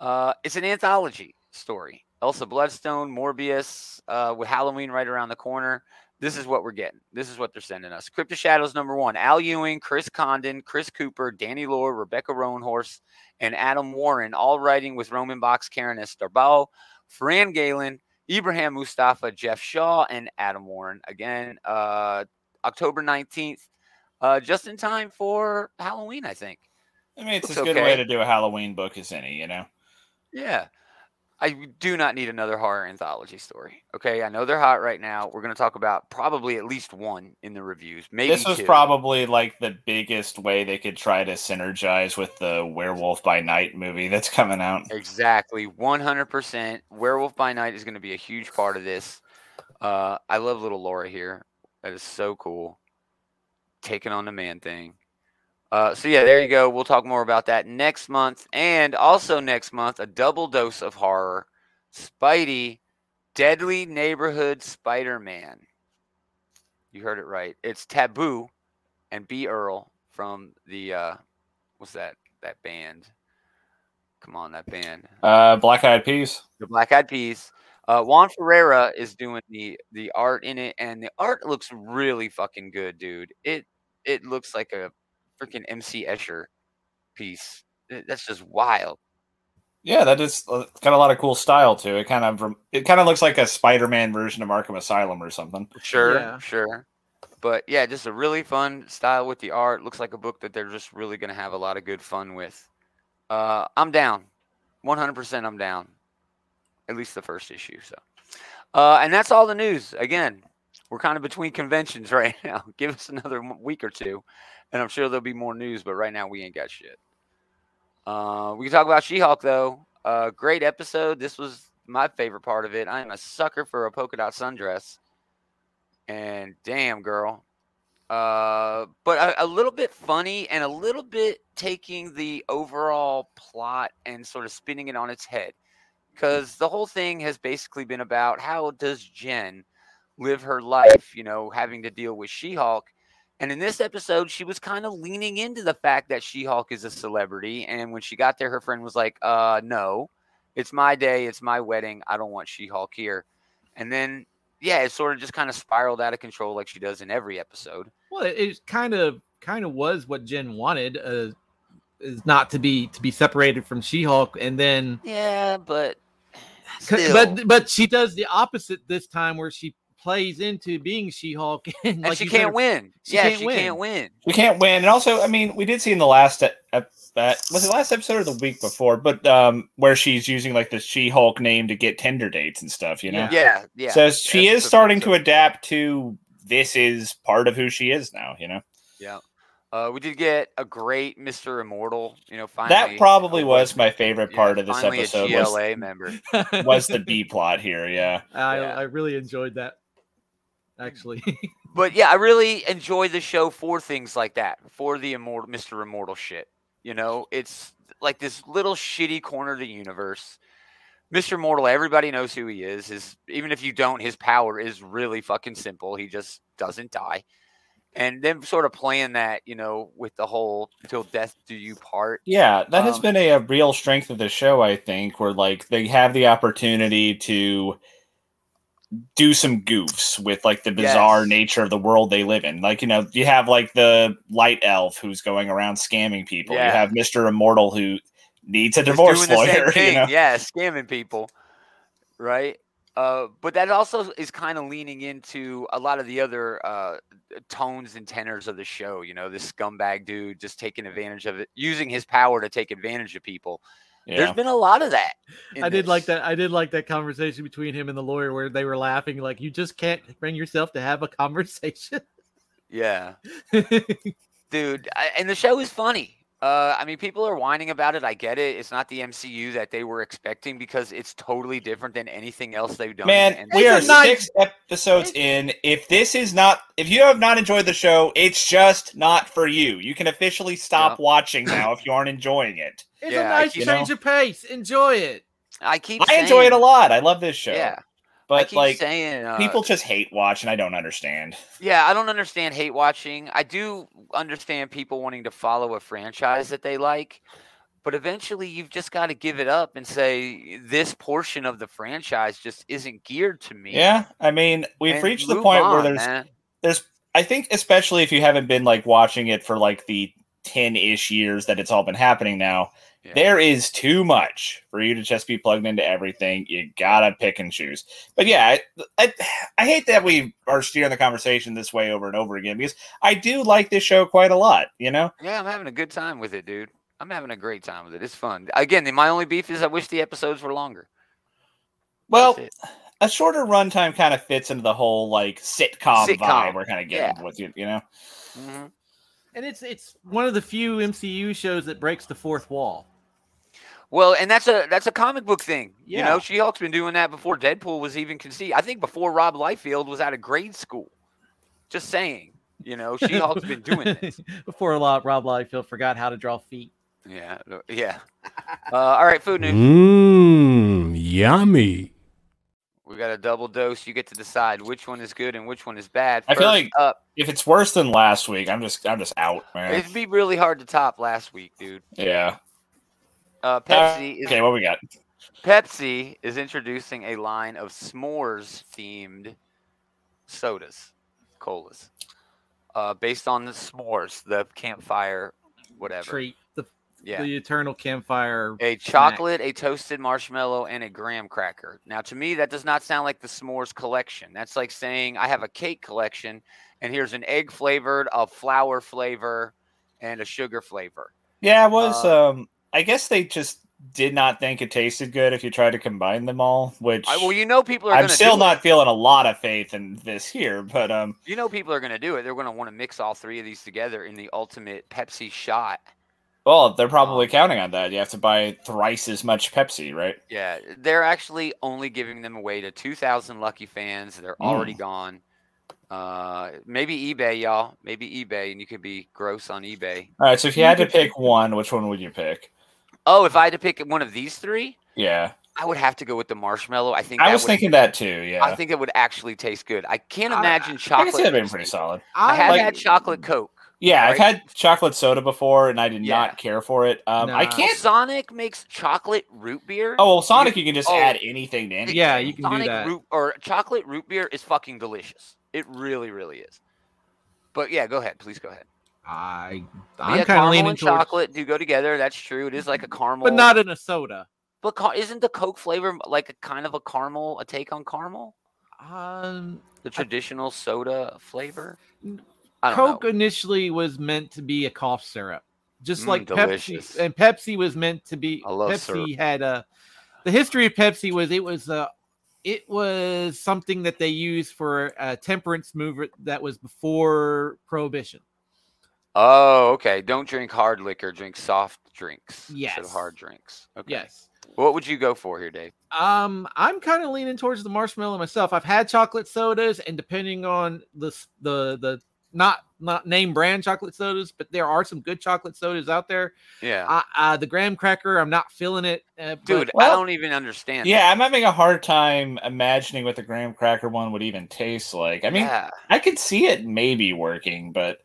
[SPEAKER 1] Uh, it's an anthology story. Elsa Bloodstone, Morbius, uh, with Halloween right around the corner. This is what we're getting. This is what they're sending us. Crypt of Shadows number one. Al Ewing, Chris Condon, Chris Cooper, Danny Lore, Rebecca Roanhorse, and Adam Warren, all writing with Roman Box, Karen Estarbao, Fran Galen, Ibrahim Mustafa, Jeff Shaw, and Adam Warren. Again, uh, October 19th, uh, just in time for Halloween, I think.
[SPEAKER 3] I mean, it's
[SPEAKER 1] It's
[SPEAKER 3] as good a
[SPEAKER 1] okay.
[SPEAKER 3] way to do a Halloween book as any, you know.
[SPEAKER 1] Yeah. I do not need another horror anthology story. Okay. I know they're hot right now. We're going to talk about probably at least one in the reviews. Maybe
[SPEAKER 3] this was
[SPEAKER 1] two.
[SPEAKER 3] probably like the biggest way they could try to synergize with the werewolf by night movie that's coming out
[SPEAKER 1] Exactly, one hundred percent. Werewolf by Night is going to be a huge part of this. Uh, I love little Laura here. That is so cool. Taking on the man thing. Uh, so yeah, there you go. We'll talk more about that next month, and also next month, a double dose of horror. Spidey, Deadly Neighborhood Spider Man. You heard it right. It's Taboo, and B Earl from the uh, what's that that band? Come on, that band
[SPEAKER 3] uh black eyed peas
[SPEAKER 1] the Black Eyed Peas. Uh, Juan Ferreira is doing the the art in it, and the art looks really fucking good, dude. It it looks like a freaking MC Escher piece. Th- That's just wild.
[SPEAKER 3] yeah that is uh, it's got a lot of cool style too it kind of rem- it kind of looks like a spider-man version of arkham asylum or something
[SPEAKER 1] Sure,
[SPEAKER 2] Yeah.
[SPEAKER 1] sure. But yeah, just a really fun style with the art. Looks like a book that they're just really gonna have a lot of good fun with. Uh, I'm down, 100%. I'm down. At least the first issue. So, uh, and that's all the news. Again, we're kind of between conventions (laughs) right now. Give us another m- week or two, and I'm sure there'll be more news. But right now, we ain't got shit. Uh, we can talk about She-Hulk though. Uh, great episode. This was my favorite part of it. I am a sucker for a polka dot sundress, and damn girl. Uh, but a, a little bit funny and a little bit taking the overall plot and sort of spinning it on its head because the whole thing has basically been about how does Jen live her life, you know, having to deal with She Hulk. And in this episode, she was kind of leaning into the fact that She Hulk is a celebrity. And when she got there, her friend was like, uh, no, it's my day, it's my wedding. I don't want She Hulk here. And then, yeah, it sort of just kind of spiraled out of control like she does in every episode.
[SPEAKER 2] Well, it, it kind of kind of was what Jen wanted, uh, is not to be to be separated from She-Hulk, and then
[SPEAKER 1] Yeah, but.
[SPEAKER 3] (sighs)
[SPEAKER 2] c-
[SPEAKER 1] still.
[SPEAKER 2] but but she does the opposite this time, where she plays into being She-Hulk, (laughs) and,
[SPEAKER 1] and
[SPEAKER 2] like
[SPEAKER 1] she
[SPEAKER 2] you said,
[SPEAKER 1] can't win.
[SPEAKER 2] she
[SPEAKER 1] yeah,
[SPEAKER 2] can't
[SPEAKER 1] she can't win.
[SPEAKER 3] we can't win and also i mean we did see in the last e- ep- that was the last episode or the week before but um where she's using like the she-hulk name to get tinder dates and stuff you know
[SPEAKER 2] Yeah.
[SPEAKER 1] Yeah, yeah.
[SPEAKER 3] so she
[SPEAKER 1] that's
[SPEAKER 3] is
[SPEAKER 1] the-
[SPEAKER 3] starting
[SPEAKER 1] that's
[SPEAKER 3] to
[SPEAKER 1] it.
[SPEAKER 3] adapt to this is part of who she is now you know
[SPEAKER 1] Uh, we did get a great Mr. Immortal. You know, finally
[SPEAKER 3] that probably
[SPEAKER 1] uh,
[SPEAKER 3] was my favorite
[SPEAKER 1] yeah,
[SPEAKER 3] part of this
[SPEAKER 1] finally
[SPEAKER 3] episode
[SPEAKER 1] A
[SPEAKER 3] was,
[SPEAKER 1] GLA member.
[SPEAKER 2] (laughs)
[SPEAKER 3] was the b plot here yeah
[SPEAKER 2] I,
[SPEAKER 1] Yeah.
[SPEAKER 2] I really enjoyed that. Actually,
[SPEAKER 1] But yeah, I really enjoy the show for things like that, for the immortal Mr. Immortal shit. You know, it's like this little shitty corner of the universe. Mr. Immortal, everybody knows who he is. His even if you don't, his power is really fucking simple. He just doesn't die. and then sort of playing that, you know, with the whole "till death do you part."
[SPEAKER 3] (laughs) Yeah, that has
[SPEAKER 1] Um,
[SPEAKER 3] been a, a real strength of the show, I think, where like they have the opportunity to do some goofs with like the bizarre
[SPEAKER 1] Yes.
[SPEAKER 3] nature of the world they live in. Like, you know, you have like the light elf who's going around scamming people.
[SPEAKER 1] Yeah.
[SPEAKER 3] You have Mr. Immortal who needs a
[SPEAKER 1] Just
[SPEAKER 3] divorce
[SPEAKER 1] doing the same
[SPEAKER 3] lawyer, (laughs) you
[SPEAKER 1] thing,
[SPEAKER 3] know.
[SPEAKER 1] yeah, scamming people, right? Uh, but that also is kind of leaning into a lot of the other uh, tones and tenors of the show. You know, this scumbag dude just taking advantage of it, using his power to take advantage of people. There's
[SPEAKER 3] Yeah.
[SPEAKER 1] been a lot of that. in
[SPEAKER 2] I did like
[SPEAKER 1] this.
[SPEAKER 2] that. I did like that conversation between him and the lawyer where they were laughing, like you just can't bring yourself to have a conversation. (laughs)
[SPEAKER 1] Yeah. dude I, and the show is funny uh, i mean people are whining about it i get it it's not the mcu that they were expecting because it's totally different than anything else they've done
[SPEAKER 3] Man,
[SPEAKER 1] and
[SPEAKER 3] we are
[SPEAKER 2] It's a nice-
[SPEAKER 3] six episodes in. If this is not, if you have not enjoyed the show, it's just not for you. You can officially stop
[SPEAKER 1] Yep.
[SPEAKER 3] watching now if you aren't enjoying it.
[SPEAKER 2] it's
[SPEAKER 1] Yeah,
[SPEAKER 2] a
[SPEAKER 1] I
[SPEAKER 2] nice
[SPEAKER 3] keep-
[SPEAKER 2] change of pace. Enjoy it.
[SPEAKER 1] i keep
[SPEAKER 3] I enjoy it a
[SPEAKER 1] saying-
[SPEAKER 3] lot. I love this show.
[SPEAKER 1] yeah I
[SPEAKER 3] but
[SPEAKER 1] keep
[SPEAKER 3] like
[SPEAKER 1] saying uh,
[SPEAKER 3] people just hate watch, and I don't understand.
[SPEAKER 1] yeah i don't understand hate watching i do understand people wanting to follow a franchise that they like but eventually you've just got to give it up and say this portion of the franchise just isn't geared to me
[SPEAKER 3] Yeah, I mean, we've
[SPEAKER 1] and
[SPEAKER 3] reached the
[SPEAKER 1] move
[SPEAKER 3] point where
[SPEAKER 1] on,
[SPEAKER 3] there's
[SPEAKER 1] man.
[SPEAKER 3] there's I think especially if you haven't been like watching it for like the 10-ish years that it's all been happening now,
[SPEAKER 1] Yeah.
[SPEAKER 3] there is too much for you to just be plugged into everything. You got to pick and choose. But yeah, I, I I hate that we are steering the conversation this way over and over again because I do like this show quite a lot, you know?
[SPEAKER 1] Yeah, I'm having a good time with it, dude. I'm having a great time with it. It's fun. Again, the- my only beef is I wish the episodes were longer.
[SPEAKER 3] Well,
[SPEAKER 1] That's it.
[SPEAKER 3] a shorter runtime kind of fits into the whole like sitcom,
[SPEAKER 1] Sitcom,
[SPEAKER 3] vibe we're kind of getting with you, you know.
[SPEAKER 1] Mhm.
[SPEAKER 2] And it's it's one of the few MCU shows that breaks the fourth wall.
[SPEAKER 1] well, and that's a that's a comic book thing. You
[SPEAKER 3] Yeah.
[SPEAKER 1] know, She-Hulk's been doing that before Deadpool was even conceived. I think before Rob Liefeld was out of grade school. Just saying, you know,
[SPEAKER 3] (laughs)
[SPEAKER 1] She-Hulk's been doing
[SPEAKER 2] (laughs)
[SPEAKER 1] this.
[SPEAKER 2] Before a lot, Rob Liefeld forgot how to draw feet.
[SPEAKER 1] Yeah, no-
[SPEAKER 3] (laughs)
[SPEAKER 1] yeah. Uh, all right, food news.
[SPEAKER 5] Mmm, yummy.
[SPEAKER 1] We got a double dose. You get to decide which one is good and which one is bad.
[SPEAKER 3] I feel
[SPEAKER 1] First
[SPEAKER 3] like-
[SPEAKER 1] up,
[SPEAKER 3] If it's worse than last week, I'm just I'm just out, man.
[SPEAKER 1] it'd be really hard to top last week, dude.
[SPEAKER 3] Yeah.
[SPEAKER 1] Uh, Pepsi is
[SPEAKER 3] Okay, what we got?
[SPEAKER 1] Pepsi is introducing a line of s'mores themed sodas, colas, uh, based on the s'mores, the campfire, whatever.
[SPEAKER 2] Treat the
[SPEAKER 1] Yeah.
[SPEAKER 2] the eternal campfire.
[SPEAKER 1] A chocolate, a toasted marshmallow, and a graham cracker. Now, to me, that does not sound like the s'mores collection. That's like saying I have a cake collection, and here's an egg flavored, a flour flavor, and a sugar flavor.
[SPEAKER 3] Yeah, it was
[SPEAKER 1] Uh,
[SPEAKER 3] um I guess they just did not think it tasted good if you tried to combine them all, which
[SPEAKER 1] I, well, you know, people are.
[SPEAKER 3] I'm
[SPEAKER 1] gonna
[SPEAKER 3] still
[SPEAKER 1] do it.
[SPEAKER 3] not feeling a lot of faith in this here, but um
[SPEAKER 1] You know, people are going to do it. They're going to want to mix all three of these together in the ultimate Pepsi shot.
[SPEAKER 3] well,
[SPEAKER 1] Uh,
[SPEAKER 3] they're probably counting on that. You have to buy thrice as much Pepsi, right?
[SPEAKER 1] Yeah, they're actually only giving them away to 2,000 lucky fans. They're already
[SPEAKER 3] Mm.
[SPEAKER 1] gone. Uh, maybe eBay, y'all. Maybe eBay, and you could be gross on eBay.
[SPEAKER 3] All right, so if you had to pick one, which one would you pick?
[SPEAKER 1] Oh, if I had to pick one of these three,
[SPEAKER 3] Yeah.
[SPEAKER 1] I would have to go with the marshmallow. I think
[SPEAKER 3] I
[SPEAKER 1] that
[SPEAKER 3] was
[SPEAKER 1] would-
[SPEAKER 3] thinking that too, yeah.
[SPEAKER 1] I think it would actually taste good. I can't
[SPEAKER 2] I-
[SPEAKER 1] imagine
[SPEAKER 3] I
[SPEAKER 1] chocolate.
[SPEAKER 3] guess it'd been
[SPEAKER 1] tasting-
[SPEAKER 3] pretty solid.
[SPEAKER 1] I have
[SPEAKER 3] like-
[SPEAKER 1] had chocolate Coke.
[SPEAKER 3] Yeah, I've
[SPEAKER 1] right?
[SPEAKER 3] had chocolate soda before, and I did
[SPEAKER 1] Yeah.
[SPEAKER 3] not care for it. Um, I
[SPEAKER 2] Nah.
[SPEAKER 3] can't.
[SPEAKER 1] Sonic makes chocolate root beer.
[SPEAKER 3] Oh, well, Sonic, you can just
[SPEAKER 1] Oh.
[SPEAKER 3] add anything to anything.
[SPEAKER 2] Yeah, you can do
[SPEAKER 1] Sonic
[SPEAKER 2] that.
[SPEAKER 1] root or chocolate root beer is fucking delicious. It really, really is. But yeah, go ahead. Please go ahead.
[SPEAKER 2] I
[SPEAKER 1] But
[SPEAKER 2] I'm
[SPEAKER 1] yeah,
[SPEAKER 2] kind of
[SPEAKER 1] caramel
[SPEAKER 2] leaning
[SPEAKER 1] and
[SPEAKER 2] towards,
[SPEAKER 1] chocolate do go together. That's true. It is like a caramel,
[SPEAKER 2] but not in a soda.
[SPEAKER 1] But ca- isn't the Coke flavor m- like a kind of a caramel, a take on caramel,
[SPEAKER 2] Um,
[SPEAKER 1] the traditional soda flavor?
[SPEAKER 2] N-
[SPEAKER 1] I don't
[SPEAKER 2] Coke
[SPEAKER 1] know.
[SPEAKER 2] initially was meant to be a cough syrup, just
[SPEAKER 1] Mm,
[SPEAKER 2] like
[SPEAKER 1] delicious.
[SPEAKER 2] Pepsi. And Pepsi was meant to be.
[SPEAKER 1] I love
[SPEAKER 2] Pepsi
[SPEAKER 1] syrup.
[SPEAKER 2] had a. The history of Pepsi was it was uh it was something that they used for a temperance movement that was before prohibition.
[SPEAKER 1] Oh, okay. Don't drink hard liquor. Drink soft drinks instead of
[SPEAKER 2] Yes.
[SPEAKER 1] hard drinks. Okay.
[SPEAKER 2] Yes.
[SPEAKER 1] What would you go for here, Dave?
[SPEAKER 2] Um, I'm kind of leaning towards the marshmallow myself. I've had chocolate sodas, and depending on the s- the the not not name brand chocolate sodas, but there are some good chocolate sodas out there.
[SPEAKER 1] Yeah.
[SPEAKER 2] I, uh, the graham cracker, I'm not feeling it, uh, but-
[SPEAKER 1] Dude, I
[SPEAKER 3] Well-
[SPEAKER 1] don't even understand.
[SPEAKER 3] Yeah,
[SPEAKER 1] that.
[SPEAKER 3] I'm having a hard time imagining what the graham cracker one would even taste like. I mean,
[SPEAKER 1] Yeah.
[SPEAKER 3] I could see it maybe working, but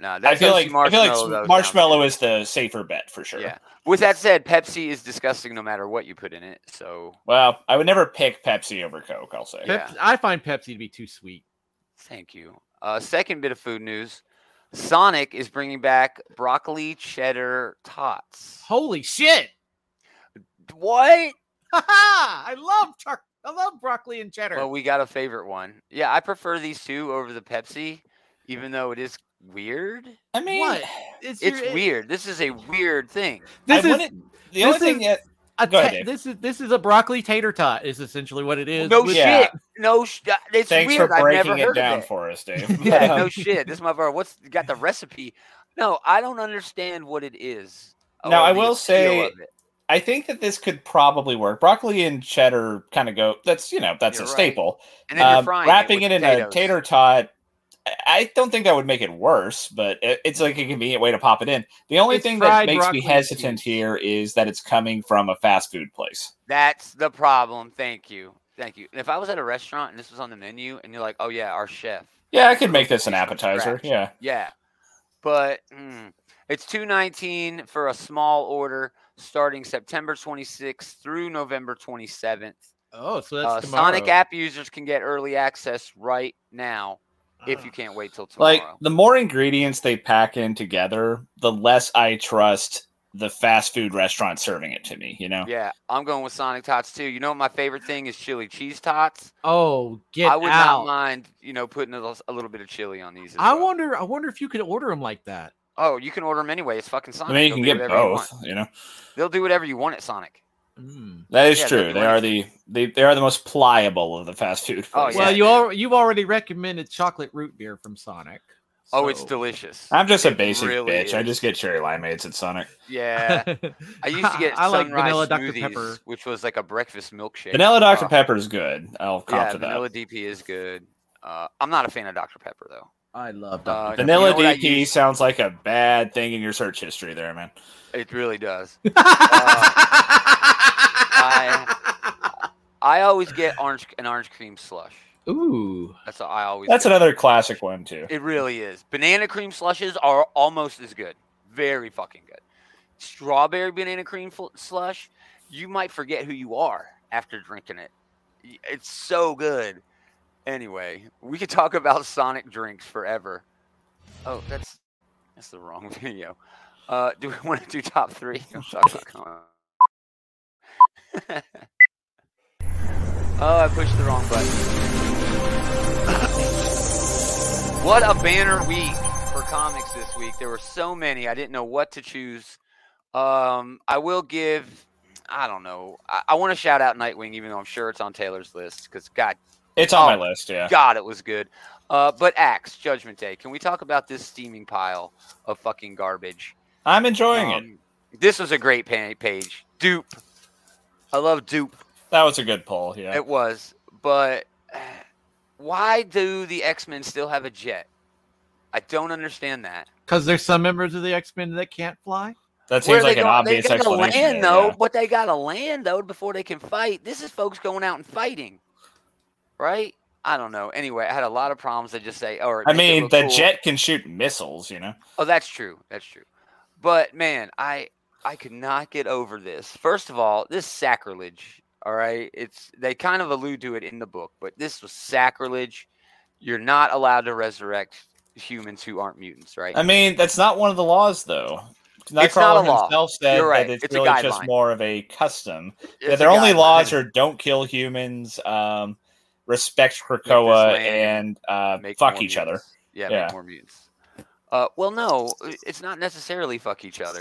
[SPEAKER 1] No,
[SPEAKER 3] I
[SPEAKER 1] that's
[SPEAKER 3] feel like I feel
[SPEAKER 1] marshmallow,
[SPEAKER 3] like
[SPEAKER 1] though, sounds-
[SPEAKER 3] marshmallow is the safer bet for sure.
[SPEAKER 1] Yeah. With that said, Pepsi is disgusting no matter what you put in it. So
[SPEAKER 3] Well, I would never pick Pepsi over Coke. I'll say.
[SPEAKER 1] Yeah.
[SPEAKER 2] Pepsi, I find Pepsi to be too sweet.
[SPEAKER 1] thank you. Uh, second bit of food news: Sonic is bringing back broccoli cheddar tots.
[SPEAKER 2] Holy shit! (laughs)
[SPEAKER 1] What?
[SPEAKER 2] I love chuck. I love broccoli and cheddar.
[SPEAKER 1] Well, we got a favorite one. Yeah, I prefer these two over the Pepsi, even though it is weird.
[SPEAKER 3] I mean,
[SPEAKER 2] What?
[SPEAKER 1] It's
[SPEAKER 2] your- it-
[SPEAKER 1] weird. This is a weird thing.
[SPEAKER 2] This
[SPEAKER 3] I
[SPEAKER 2] is
[SPEAKER 3] wouldn't- the
[SPEAKER 2] this
[SPEAKER 3] only thing
[SPEAKER 2] is-
[SPEAKER 3] that
[SPEAKER 2] a
[SPEAKER 3] Go ahead,
[SPEAKER 2] ta-
[SPEAKER 3] Dave.
[SPEAKER 2] this is this is a broccoli tater tot. Is essentially what it is.
[SPEAKER 1] no
[SPEAKER 2] with-
[SPEAKER 3] Yeah.
[SPEAKER 1] shit. No, sh- uh, it's
[SPEAKER 3] thanks
[SPEAKER 1] weird.
[SPEAKER 3] for
[SPEAKER 1] I've
[SPEAKER 3] breaking
[SPEAKER 1] never
[SPEAKER 3] it
[SPEAKER 1] heard
[SPEAKER 3] down
[SPEAKER 1] of it. (laughs)
[SPEAKER 3] for us, (laughs) Dave.
[SPEAKER 1] Yeah,
[SPEAKER 3] Um,
[SPEAKER 1] no shit. This motherfucker, what's got the recipe? No, I don't understand what it is.
[SPEAKER 3] Now,
[SPEAKER 1] or
[SPEAKER 3] I
[SPEAKER 1] the
[SPEAKER 3] will
[SPEAKER 1] appeal
[SPEAKER 3] say-
[SPEAKER 1] of it.
[SPEAKER 3] I think that this could probably work. Broccoli and cheddar kind of go. That's you know that's
[SPEAKER 1] You're
[SPEAKER 3] a
[SPEAKER 1] right.
[SPEAKER 3] staple.
[SPEAKER 1] and then you're
[SPEAKER 3] Um,
[SPEAKER 1] frying
[SPEAKER 3] wrapping
[SPEAKER 1] it, with
[SPEAKER 3] it, in a
[SPEAKER 1] potatoes.
[SPEAKER 3] tater tot. I- I don't think that would make it worse, but it- it's like a convenient way to pop it in. The only
[SPEAKER 2] It's
[SPEAKER 3] thing
[SPEAKER 2] fried
[SPEAKER 3] that makes
[SPEAKER 2] broccoli
[SPEAKER 3] me
[SPEAKER 2] and
[SPEAKER 3] hesitant
[SPEAKER 2] cheese.
[SPEAKER 3] here is that it's coming from a fast food place.
[SPEAKER 1] That's the problem. Thank you. Thank you. And if I was at a restaurant and this was on the menu and you're like, oh, yeah, our chef.
[SPEAKER 3] Yeah, I could make this an
[SPEAKER 1] From
[SPEAKER 3] appetizer.
[SPEAKER 1] scratch.
[SPEAKER 3] Yeah.
[SPEAKER 1] Yeah. But mm, it's 219 for a small order starting September 26th through November 27th.
[SPEAKER 2] Oh, so that's
[SPEAKER 1] Uh,
[SPEAKER 2] tomorrow.
[SPEAKER 1] Sonic app users can get early access right now if you can't wait till tomorrow.
[SPEAKER 3] Like the more ingredients they pack in together, the less I trust the fast food restaurant serving it to me, you know?
[SPEAKER 1] Yeah, I'm going with Sonic Tots too. You know, what my favorite thing is chili cheese tots.
[SPEAKER 2] Oh, get
[SPEAKER 1] I would
[SPEAKER 2] out!
[SPEAKER 1] not mind, you know, putting a little, a little bit of chili on these. as
[SPEAKER 2] I
[SPEAKER 1] well.
[SPEAKER 2] wonder. I wonder if you could order them like that.
[SPEAKER 1] Oh, you can order them anyway. It's fucking Sonic.
[SPEAKER 3] I mean, you
[SPEAKER 1] They'll do
[SPEAKER 3] can get
[SPEAKER 1] whatever you
[SPEAKER 3] both,
[SPEAKER 1] want.
[SPEAKER 3] you know?
[SPEAKER 1] They'll do whatever you want at Sonic.
[SPEAKER 2] Mm.
[SPEAKER 3] That is
[SPEAKER 1] Yeah, that'd be
[SPEAKER 3] true. They are the they, they are the most pliable of the fast food.
[SPEAKER 1] Oh,
[SPEAKER 3] places.
[SPEAKER 1] yeah,
[SPEAKER 2] well, you
[SPEAKER 1] dude.
[SPEAKER 2] al- you've already recommended chocolate root beer from Sonic.
[SPEAKER 1] Oh, it's
[SPEAKER 2] so-
[SPEAKER 1] delicious.
[SPEAKER 3] I'm just a
[SPEAKER 1] It
[SPEAKER 3] basic
[SPEAKER 1] really
[SPEAKER 3] bitch. I
[SPEAKER 1] is.
[SPEAKER 3] just get cherry limeades at Sonic.
[SPEAKER 1] Yeah,
[SPEAKER 2] (laughs)
[SPEAKER 1] I used to get
[SPEAKER 2] I like
[SPEAKER 1] sunrise
[SPEAKER 2] vanilla Dr
[SPEAKER 1] smoothies,
[SPEAKER 2] Pepper.
[SPEAKER 1] which was like a breakfast milkshake.
[SPEAKER 3] Vanilla Dr
[SPEAKER 1] Oh,
[SPEAKER 3] Pepper is good. I'll cop
[SPEAKER 1] Yeah,
[SPEAKER 3] to that.
[SPEAKER 1] vanilla
[SPEAKER 3] Vanilla,
[SPEAKER 1] DP is good. Uh, I'm not a fan of Dr Pepper though.
[SPEAKER 2] I love
[SPEAKER 1] Uh,
[SPEAKER 2] Dr.
[SPEAKER 1] you know what I
[SPEAKER 3] DP
[SPEAKER 1] use?
[SPEAKER 3] sounds like a bad thing in your search history, there, man.
[SPEAKER 1] It really does.
[SPEAKER 2] Pepper.
[SPEAKER 1] uh,
[SPEAKER 2] (laughs)
[SPEAKER 1] I always get orange an orange cream slush.
[SPEAKER 2] Ooh.
[SPEAKER 1] That's what I always.
[SPEAKER 3] That's
[SPEAKER 1] get.
[SPEAKER 3] another classic one too.
[SPEAKER 1] It really is. Banana cream slushes are almost as good. Very fucking good. Strawberry banana cream fl- slush, you might forget who you are after drinking it. Y- It's so good. Anyway, we could talk about Sonic drinks forever. Oh, that's that's the wrong (laughs) video. Uh, do we want to do top three? (laughs) I'm sorry, I'm coming. oh, I pushed the wrong button. What a banner week for comics this week. There were so many. I didn't know what to choose. Um, I will give. I don't know. I, I want to shout out Nightwing, even though I'm sure it's on Taylor's list. Because God,
[SPEAKER 3] It's on
[SPEAKER 1] Oh,
[SPEAKER 3] my list, yeah.
[SPEAKER 1] God, it was good. Uh, but Axe Judgment Day. Can we talk about this steaming pile of fucking garbage?
[SPEAKER 3] I'm enjoying it.
[SPEAKER 1] Um, This was a great pa- page. Dupe. I love Dupe.
[SPEAKER 3] That was a good poll, yeah.
[SPEAKER 1] It was, but (sighs) why do the X Men still have a jet? I don't understand that.
[SPEAKER 2] Because there's some members of the X Men that can't fly.
[SPEAKER 3] that
[SPEAKER 1] Where
[SPEAKER 3] seems like
[SPEAKER 1] they
[SPEAKER 3] an
[SPEAKER 1] gonna-
[SPEAKER 3] obvious
[SPEAKER 1] they gotta
[SPEAKER 3] explanation.
[SPEAKER 1] land
[SPEAKER 3] there,
[SPEAKER 1] though,
[SPEAKER 3] yeah.
[SPEAKER 1] but they gotta land though before they can fight. This is folks going out and fighting, right? I don't know. Anyway, I had a lot of problems. They just say, "Oh, "Or
[SPEAKER 3] I mean, the
[SPEAKER 1] cool.
[SPEAKER 3] jet can shoot missiles, you know.
[SPEAKER 1] Oh, that's true. That's true. But man, I I could not get over this. First of all, this sacrilege. All right, it's they kind of allude to it in the book, but this was sacrilege. You're not allowed to resurrect humans who aren't mutants, right?
[SPEAKER 3] I mean, that's not one of the laws though.
[SPEAKER 1] It's not a
[SPEAKER 3] Nightcrawler
[SPEAKER 1] law.
[SPEAKER 3] himself said
[SPEAKER 1] You're right.
[SPEAKER 3] that it's,
[SPEAKER 1] It's a
[SPEAKER 3] really just
[SPEAKER 1] guideline.
[SPEAKER 3] more of a custom. yeah,
[SPEAKER 1] It's
[SPEAKER 3] their
[SPEAKER 1] a
[SPEAKER 3] only
[SPEAKER 1] guideline.
[SPEAKER 3] laws are don't kill humans, um, respect
[SPEAKER 1] Let
[SPEAKER 3] Krakoa,
[SPEAKER 1] this land
[SPEAKER 3] and uh,
[SPEAKER 1] Make
[SPEAKER 3] fuck
[SPEAKER 1] more
[SPEAKER 3] each other.
[SPEAKER 1] mutants. Yeah,
[SPEAKER 3] Yeah.
[SPEAKER 1] make more mutants. Uh, well, no, i- it's not necessarily fuck each other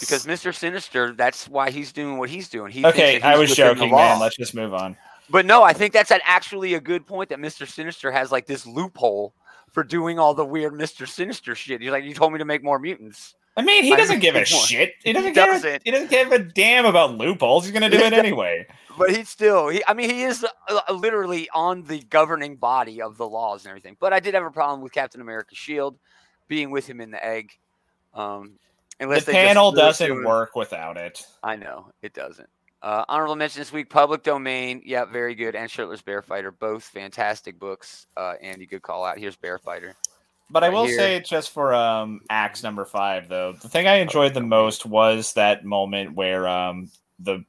[SPEAKER 1] because Mister Sinister. That's why he's doing what he's doing. He thinks
[SPEAKER 3] Okay,
[SPEAKER 1] that
[SPEAKER 3] I
[SPEAKER 1] he's
[SPEAKER 3] was
[SPEAKER 1] within the
[SPEAKER 3] joking, man.
[SPEAKER 1] law.
[SPEAKER 3] Let's just move on.
[SPEAKER 1] But no, I think that's an actually a good point that Mr. Sinister has like this loophole for doing all the weird Mr. Sinister shit. He's like, you told me to make more mutants.
[SPEAKER 3] I mean, he
[SPEAKER 1] I'm
[SPEAKER 3] doesn't
[SPEAKER 1] (laughs) just
[SPEAKER 3] give a
[SPEAKER 1] kidding.
[SPEAKER 3] shit. He doesn't,
[SPEAKER 1] He
[SPEAKER 3] give a,
[SPEAKER 1] doesn't. (laughs)
[SPEAKER 3] he doesn't give a damn about loopholes. He's gonna do it anyway.
[SPEAKER 1] but he's still he. I mean, he is uh, literally on the governing body of the laws and everything. But I did have a problem with Captain America's shield being with him in the egg. Um,
[SPEAKER 3] The
[SPEAKER 1] unless they just
[SPEAKER 3] panel
[SPEAKER 1] threw it
[SPEAKER 3] doesn't
[SPEAKER 1] to him.
[SPEAKER 3] work without it.
[SPEAKER 1] I know it doesn't. Uh, honorable mention this week: Public Domain. Yeah, very good. And Shirtless Bear Fighter, both fantastic books. Uh, Andy, good call out. Here's Bear Fighter.
[SPEAKER 3] But I
[SPEAKER 1] Right
[SPEAKER 3] will
[SPEAKER 1] here.
[SPEAKER 3] say it just for um acts number five though. The thing I enjoyed the most was that moment where um the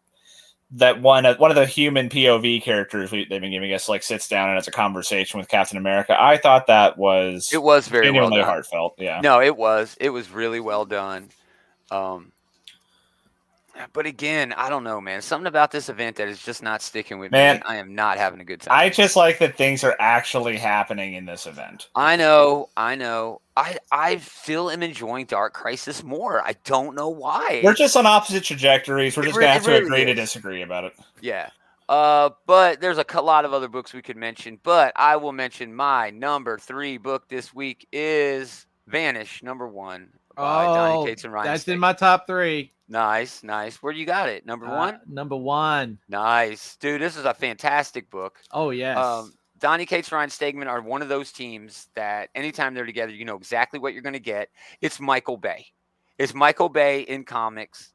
[SPEAKER 3] that one uh, one of the human POV characters we, they've been giving us like sits down and has a conversation with Captain America. I thought that was
[SPEAKER 1] It was very well
[SPEAKER 3] genuinely
[SPEAKER 1] done.
[SPEAKER 3] heartfelt. Yeah.
[SPEAKER 1] No, it was. It was really well done. Um, but again, I don't know, man. Something about this event that is just not sticking with
[SPEAKER 3] Man.
[SPEAKER 1] me. I am not having a good time.
[SPEAKER 3] I just like that things are actually happening in this event.
[SPEAKER 1] I know, I know. I I still am enjoying Dark Crisis more. I don't know why.
[SPEAKER 3] We're just on opposite trajectories. We're
[SPEAKER 1] It
[SPEAKER 3] just
[SPEAKER 1] re-
[SPEAKER 3] gonna have
[SPEAKER 1] it
[SPEAKER 3] to
[SPEAKER 1] really
[SPEAKER 3] agree to
[SPEAKER 1] is.
[SPEAKER 3] disagree about it.
[SPEAKER 1] Yeah. Uh, but there's a co- lot of other books we could mention, but I will mention my number three book this week is Vanish, number one by
[SPEAKER 2] Oh,
[SPEAKER 1] Donny Cates and Ryan.
[SPEAKER 2] That's in
[SPEAKER 1] Stick.
[SPEAKER 2] my top three.
[SPEAKER 1] nice, nice. Where you got it? Number
[SPEAKER 2] Uh,
[SPEAKER 1] one?
[SPEAKER 2] number one.
[SPEAKER 1] Nice. Dude, this is a fantastic book.
[SPEAKER 2] Oh yes.
[SPEAKER 1] Um, Donnie Cates, Ryan Stegman are one of those teams that anytime they're together, you know exactly what you're going to get. It's Michael Bay. It's Michael Bay in comics.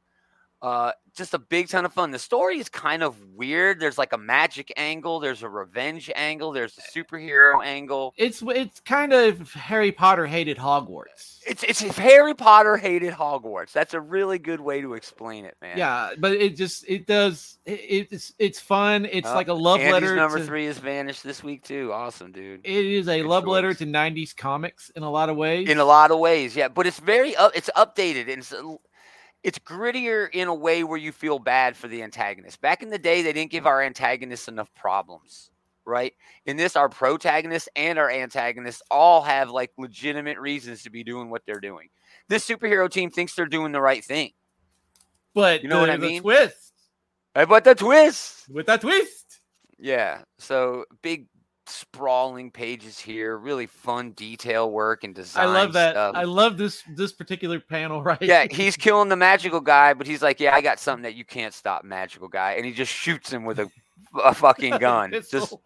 [SPEAKER 1] Uh, just a big ton of fun. The story is kind of weird. There's like a magic angle. There's a revenge angle. There's a superhero angle.
[SPEAKER 2] it's it's kind of Harry Potter hated Hogwarts.
[SPEAKER 1] It's it's if Harry Potter hated Hogwarts. That's a really good way to explain it, man.
[SPEAKER 2] Yeah, but it just it does it, it's it's fun. It's
[SPEAKER 1] Uh,
[SPEAKER 2] like a love
[SPEAKER 1] Andy's
[SPEAKER 2] letter.
[SPEAKER 1] number
[SPEAKER 2] to-
[SPEAKER 1] three is vanished this week too. Awesome, dude.
[SPEAKER 2] It is a
[SPEAKER 1] Good
[SPEAKER 2] love letter
[SPEAKER 1] choice.
[SPEAKER 2] to '90s comics in a lot of ways.
[SPEAKER 1] in a lot of ways yeah but it's very up, it's updated and it's, a l- it's grittier in a way where you feel bad for the antagonist back in the day they didn't give our antagonists enough problems right in this our protagonists and our antagonists all have like legitimate reasons to be doing what they're doing this superhero team thinks they're doing the right thing
[SPEAKER 2] but
[SPEAKER 1] you know what
[SPEAKER 2] the-
[SPEAKER 1] I
[SPEAKER 2] the
[SPEAKER 1] mean?
[SPEAKER 2] Twist
[SPEAKER 1] Eh, but the twist
[SPEAKER 2] with that twist.
[SPEAKER 1] yeah so big sprawling pages here really fun detail work and design
[SPEAKER 2] I love that.
[SPEAKER 1] stuff.
[SPEAKER 2] I love this this particular panel (laughs) right.
[SPEAKER 1] um, yeah,
[SPEAKER 2] here.
[SPEAKER 1] he's killing the magical guy, but he's like, yeah, I got something that you can't stop, magical guy, and he just shoots him with a, a
[SPEAKER 2] (laughs)
[SPEAKER 1] fucking gun. just
[SPEAKER 2] Pistol.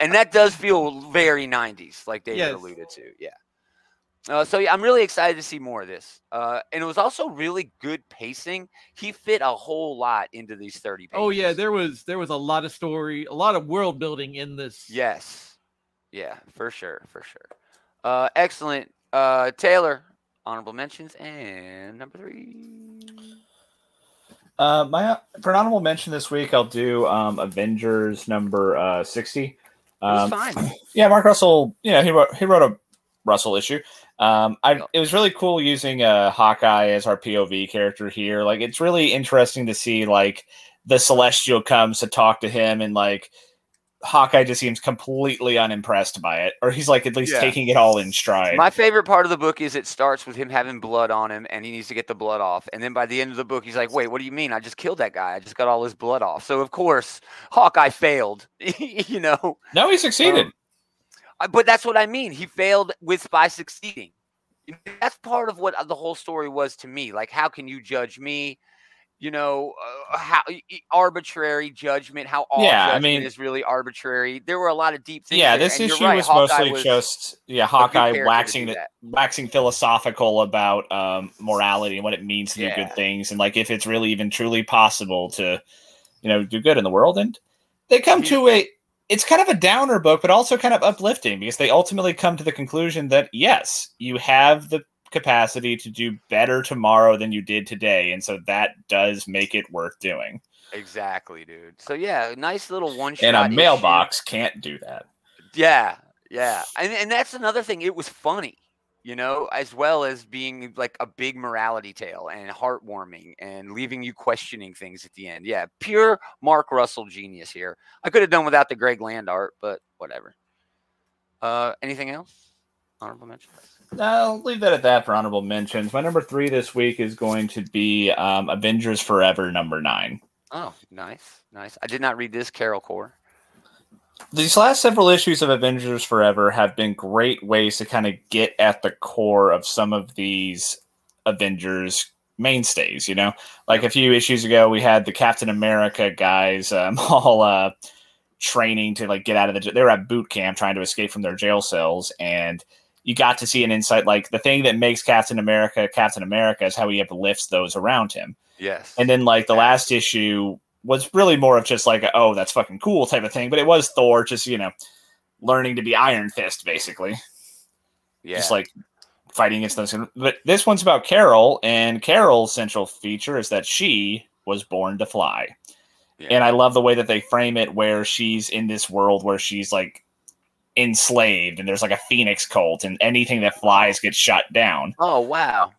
[SPEAKER 1] and that does feel very 90s, like David
[SPEAKER 2] Yes.
[SPEAKER 1] alluded to. Yeah. Uh, so yeah, I'm really excited to see more of this. Uh, and it was also really good pacing. He fit a whole lot into these 30 pages.
[SPEAKER 2] oh yeah, there was there was a lot of story, a lot of world building in this.
[SPEAKER 1] Yes. Yeah, for sure, for sure. Uh, excellent. Uh, Taylor, honorable mentions, and number three.
[SPEAKER 3] Uh, my for an honorable mention this week, I'll do um, Avengers number uh, sixty.
[SPEAKER 1] It was
[SPEAKER 3] Um,
[SPEAKER 1] fine.
[SPEAKER 3] yeah, Mark Russell. You know, he wrote he wrote a Russell issue. Um, I it was really cool using uh, Hawkeye as our POV character here. Like, it's really interesting to see like the Celestial comes to talk to him, and like Hawkeye just seems completely unimpressed by it, or he's like at least
[SPEAKER 1] Yeah.
[SPEAKER 3] taking it all in stride.
[SPEAKER 1] My favorite part of the book is it starts with him having blood on him and he needs to get the blood off. And then by the end of the book, he's like, wait, what do you mean? I just killed that guy. I just got all his blood off. So, of course, Hawkeye failed, (laughs) you know?
[SPEAKER 3] no, he succeeded.
[SPEAKER 1] Um, I- But that's what I mean. He failed with by succeeding. You know, That's part of what uh, the whole story was to me. Like, how can you judge me? You know, uh, how e- e- arbitrary judgment, how all
[SPEAKER 3] Yeah, I
[SPEAKER 1] judgment
[SPEAKER 3] mean-
[SPEAKER 1] is really arbitrary. There were a lot of deep things.
[SPEAKER 3] yeah,
[SPEAKER 1] there,
[SPEAKER 3] this
[SPEAKER 1] and you're
[SPEAKER 3] issue
[SPEAKER 1] right,
[SPEAKER 3] was
[SPEAKER 1] Hawkeye
[SPEAKER 3] mostly
[SPEAKER 1] was
[SPEAKER 3] just yeah
[SPEAKER 1] a good
[SPEAKER 3] Hawkeye
[SPEAKER 1] character to
[SPEAKER 3] waxing
[SPEAKER 1] do
[SPEAKER 3] the
[SPEAKER 1] that.
[SPEAKER 3] waxing philosophical about um, morality and what it means to do
[SPEAKER 1] Yeah.
[SPEAKER 3] good things and like if it's really even truly possible to you know do good in the world and they come to a it's kind of a downer book but also kind of uplifting because they ultimately come to the conclusion that yes you have the capacity to do better tomorrow than you did today and so that does make it worth doing
[SPEAKER 1] Exactly, dude. So yeah, nice little one shot.
[SPEAKER 3] and a mailbox can't do that
[SPEAKER 1] Yeah, yeah, and and that's another thing. It was funny, you know, as well as being like a big morality tale and heartwarming and leaving you questioning things at the end. Yeah, pure Mark Russell genius here. I could have done without the Greg Land art, but whatever. Uh, anything else? Honorable mentions.
[SPEAKER 3] I'll leave that at that for honorable mentions. My number three this week is going to be um, Avengers Forever number nine.
[SPEAKER 1] Oh, nice, nice. I did not read this Carol Core.
[SPEAKER 3] These last several issues of Avengers Forever have been great ways to kind of get at the core of some of these Avengers mainstays. You know, like a few issues ago, we had the Captain America guys um, (laughs) all uh, training to like get out of the. They were at boot camp trying to escape from their jail cells, and you got to see an insight. Like the thing that makes Captain America Captain America is how he uplifts those around him.
[SPEAKER 1] Yes.
[SPEAKER 3] And then like the last issue was really more of just like, a, oh, that's fucking cool type of thing. But it was Thor just, you know, learning to be Iron Fist, basically.
[SPEAKER 1] yeah.
[SPEAKER 3] Just like fighting against those. But this one's about Carol, and Carol's central feature is that she was born to fly.
[SPEAKER 1] Yeah.
[SPEAKER 3] And I love the way that they frame it where she's in this world where she's like enslaved and there's like a phoenix cult and anything that flies gets shot down
[SPEAKER 1] oh wow.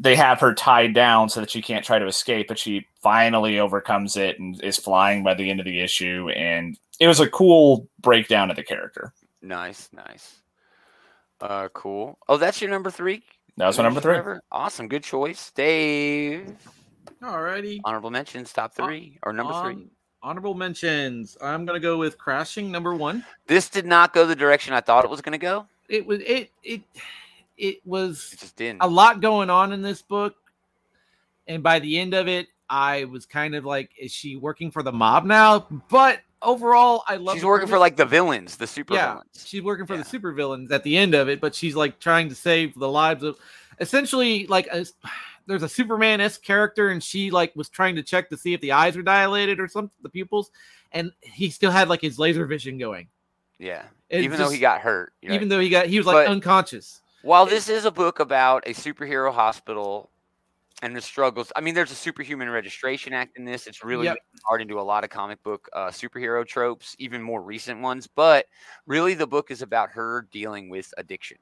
[SPEAKER 3] they have her tied down so that she can't try to escape, but she finally overcomes it and is flying by the end of the issue. And it was a cool breakdown of the character.
[SPEAKER 1] Nice, nice. Uh, cool. Oh, that's your number three.
[SPEAKER 3] That was my number three.
[SPEAKER 1] Trevor? Awesome, good choice, Dave.
[SPEAKER 2] Alrighty.
[SPEAKER 1] Honorable mentions, top
[SPEAKER 2] Hon-
[SPEAKER 1] three or number three.
[SPEAKER 2] Hon- Honorable mentions. I'm gonna go with crashing number one.
[SPEAKER 1] This did not go the direction I thought it was going to go.
[SPEAKER 2] It was it it it was
[SPEAKER 1] It just didn't.
[SPEAKER 2] a lot going on in this book. And by the end of it, I was kind of like, is she working for the mob now? But overall, I love
[SPEAKER 1] She's
[SPEAKER 2] the
[SPEAKER 1] working for
[SPEAKER 2] premise.
[SPEAKER 1] like the villains, the super
[SPEAKER 2] Yeah.
[SPEAKER 1] villains.
[SPEAKER 2] she's working for
[SPEAKER 1] Yeah.
[SPEAKER 2] the supervillains at the end of it, but she's like trying to save the lives of essentially like a, (sighs) there's a Superman esque character, and she like was trying to check to see if the eyes were dilated or something, the pupils, and he still had like his laser vision going,
[SPEAKER 1] Yeah.
[SPEAKER 2] It's
[SPEAKER 1] even though he
[SPEAKER 2] just-
[SPEAKER 1] got hurt. you're
[SPEAKER 2] even
[SPEAKER 1] right.
[SPEAKER 2] though he got he was like
[SPEAKER 1] But-
[SPEAKER 2] unconscious.
[SPEAKER 1] While this is a book about a superhero hospital and the struggles, I mean, there's a superhuman registration act in this. It's really
[SPEAKER 2] Yep.
[SPEAKER 1] hard into a lot of comic book uh, superhero tropes, even more recent ones. But really, the book is about her dealing with addiction.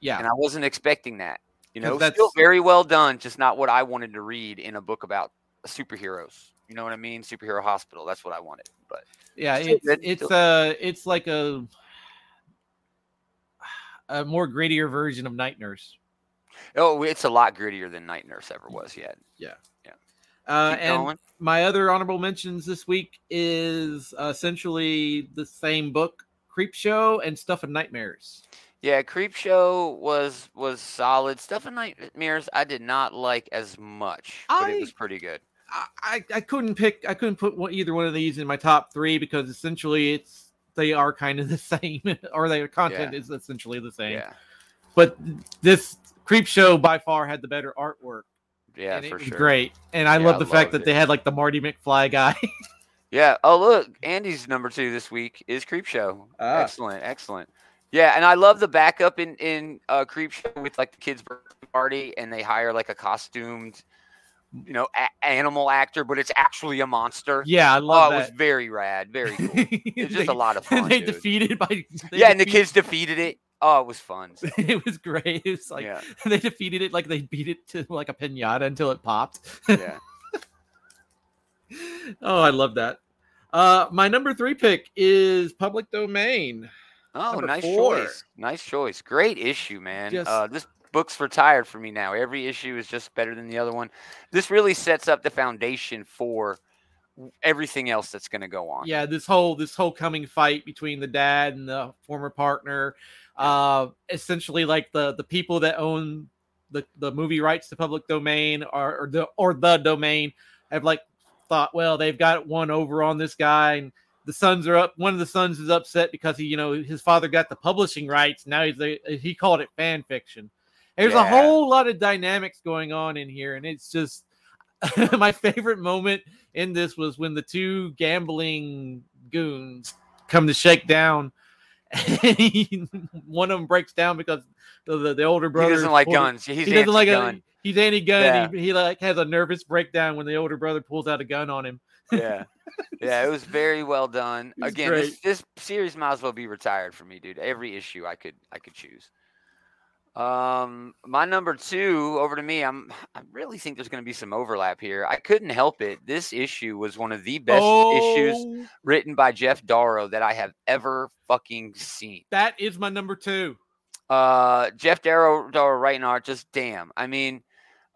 [SPEAKER 2] Yeah,
[SPEAKER 1] And I wasn't expecting that. You
[SPEAKER 2] 'Cause
[SPEAKER 1] know, still
[SPEAKER 2] that's-
[SPEAKER 1] very well done, just not what I wanted to read in a book about superheroes. You know what I mean? Superhero hospital. That's what I wanted. But
[SPEAKER 2] yeah,
[SPEAKER 1] so
[SPEAKER 2] it's
[SPEAKER 1] good.
[SPEAKER 2] it's uh it's like a (sighs) a more grittier version of Night Nurse.
[SPEAKER 1] oh, it's a lot grittier than Night Nurse ever was yet.
[SPEAKER 2] Uh,
[SPEAKER 1] Keep
[SPEAKER 2] and
[SPEAKER 1] going.
[SPEAKER 2] my other honorable mentions this week is uh, essentially the same book, Creep Show and Stuff and Nightmares.
[SPEAKER 1] Yeah, Creep Show was was solid. Stuff in Nightmares I did not like as much, but
[SPEAKER 2] I-
[SPEAKER 1] it was pretty good.
[SPEAKER 2] I, I, I couldn't pick, I couldn't put one, either one of these in my top three because essentially it's they are kind of (laughs) the same, or their content is essentially the same.
[SPEAKER 1] Yeah.
[SPEAKER 2] But this Creep Show by far had the better artwork,
[SPEAKER 1] Yeah,
[SPEAKER 2] and it
[SPEAKER 1] for
[SPEAKER 2] was
[SPEAKER 1] sure.
[SPEAKER 2] great. And I
[SPEAKER 1] Yeah, I
[SPEAKER 2] love the fact
[SPEAKER 1] loved
[SPEAKER 2] that
[SPEAKER 1] it.
[SPEAKER 2] they had like the Marty McFly guy.
[SPEAKER 1] (laughs)
[SPEAKER 2] (laughs)
[SPEAKER 1] Yeah. Oh, look, Andy's number two this week is Creep Show.
[SPEAKER 2] Ah.
[SPEAKER 1] Excellent, excellent. Yeah, and I love the backup in in uh, Creep Show with like the kids' birthday party, and they hire like a costumed, you know, a- animal actor, but it's actually a monster.
[SPEAKER 2] yeah, I
[SPEAKER 1] Oh,
[SPEAKER 2] love
[SPEAKER 1] it was
[SPEAKER 2] that.
[SPEAKER 1] very rad,
[SPEAKER 2] (laughs)
[SPEAKER 1] very cool. It's just
[SPEAKER 2] They-
[SPEAKER 1] a lot of fun.
[SPEAKER 2] (laughs) they
[SPEAKER 1] dude.
[SPEAKER 2] defeated by they
[SPEAKER 1] yeah, and the
[SPEAKER 2] defeat-
[SPEAKER 1] kids defeated it. Oh, it was fun.
[SPEAKER 2] it was great. It was (laughs) like (laughs)
[SPEAKER 1] yeah,
[SPEAKER 2] they defeated it like they beat it to like a pinata until it popped. (laughs)
[SPEAKER 1] yeah.
[SPEAKER 2] oh, I love that. Uh, my number three pick is public domain.
[SPEAKER 1] Oh,
[SPEAKER 2] Number
[SPEAKER 1] nice
[SPEAKER 2] four.
[SPEAKER 1] choice. Nice choice. Great issue, man.
[SPEAKER 2] Just-
[SPEAKER 1] Uh, this book's retired for me now. Every issue is just better than the other one. This really sets up the foundation for w- everything else that's going to go on.
[SPEAKER 2] Yeah, this whole this whole coming fight between the dad and the former partner. Uh, essentially, like the the people that own the the movie rights to public domain or, or the or the domain have like thought, well, they've got one over on this guy, and the sons are up. One of the sons is upset because he, you know, his father got the publishing rights. Now he's the, he called it fan fiction. There's a
[SPEAKER 1] Yeah.
[SPEAKER 2] whole lot of dynamics going on in here, and it's just (laughs) my favorite moment in this was when the two gambling goons come to shake down. (laughs) one of them breaks down because the, the, the older
[SPEAKER 1] He
[SPEAKER 2] brother
[SPEAKER 1] doesn't like
[SPEAKER 2] pulled-
[SPEAKER 1] guns. He's
[SPEAKER 2] he doesn't like
[SPEAKER 1] gun.
[SPEAKER 2] gun. he's anti gun. He, he like has a nervous breakdown when the older brother pulls out a gun on him.
[SPEAKER 1] yeah. Yeah, it was very well done.
[SPEAKER 2] It's
[SPEAKER 1] Again, this, this series might as well be retired for me, dude. Every issue I could I could choose. Um, my number two over to me. I'm I really think there's going to be some overlap here. I couldn't help it. This issue was one of the best issues
[SPEAKER 2] Oh,
[SPEAKER 1] written by Jeff Darrow that I have ever fucking seen.
[SPEAKER 2] That is my number two.
[SPEAKER 1] Uh, Jeff Darrow, Darrow writing art, just damn. I mean,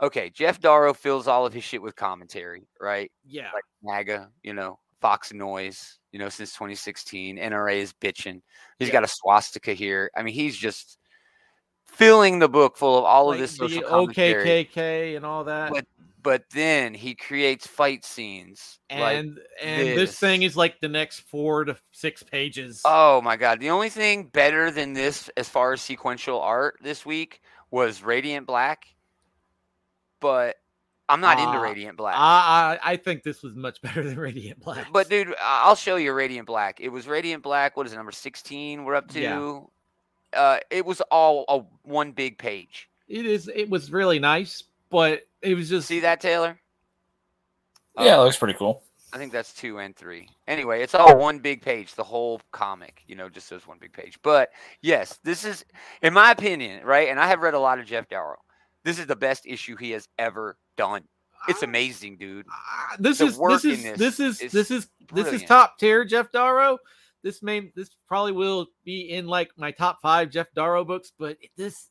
[SPEAKER 1] okay, Jeff Darrow fills all of his shit with commentary, right?
[SPEAKER 2] Yeah.
[SPEAKER 1] like MAGA, you know, Fox Noise, you know, since 2016. NRA is bitching. He's
[SPEAKER 2] Yeah.
[SPEAKER 1] got a swastika here. I mean, he's just filling the book full of all of this
[SPEAKER 2] Like,
[SPEAKER 1] social
[SPEAKER 2] the
[SPEAKER 1] commentary.
[SPEAKER 2] OKKK and all that.
[SPEAKER 1] But- But then he creates fight scenes. like,
[SPEAKER 2] and and this.
[SPEAKER 1] this.
[SPEAKER 2] thing is like the next four to six pages.
[SPEAKER 1] oh my god! The only thing better than this, as far as sequential art this week, was Radiant Black. But I'm not into
[SPEAKER 2] Ah,
[SPEAKER 1] Radiant Black.
[SPEAKER 2] I, I I think this was much (laughs) better than Radiant Black.
[SPEAKER 1] But dude, I- I'll show you Radiant Black. It was Radiant Black. What is it, number sixteen? We're up
[SPEAKER 2] Yeah.
[SPEAKER 1] to. Uh, it was all a one big page.
[SPEAKER 2] it is it was really nice, but it was just
[SPEAKER 1] See that, Taylor? Uh,
[SPEAKER 3] yeah, it looks pretty cool.
[SPEAKER 1] I think that's two and three. Anyway, it's all one big page. The whole comic, you know, just says one big page. But yes, this is, in my opinion, right? And I have read a lot of Jeff Darrow. This is the best issue he has ever done. It's amazing, dude.
[SPEAKER 2] Ah, this,
[SPEAKER 1] the
[SPEAKER 2] is,
[SPEAKER 1] work
[SPEAKER 2] this
[SPEAKER 1] in
[SPEAKER 2] is
[SPEAKER 1] this
[SPEAKER 2] this is
[SPEAKER 1] is
[SPEAKER 2] this is this
[SPEAKER 1] brilliant.
[SPEAKER 2] is top tier Jeff Darrow. This may this probably will be in like my top five Jeff Darrow books, but it- this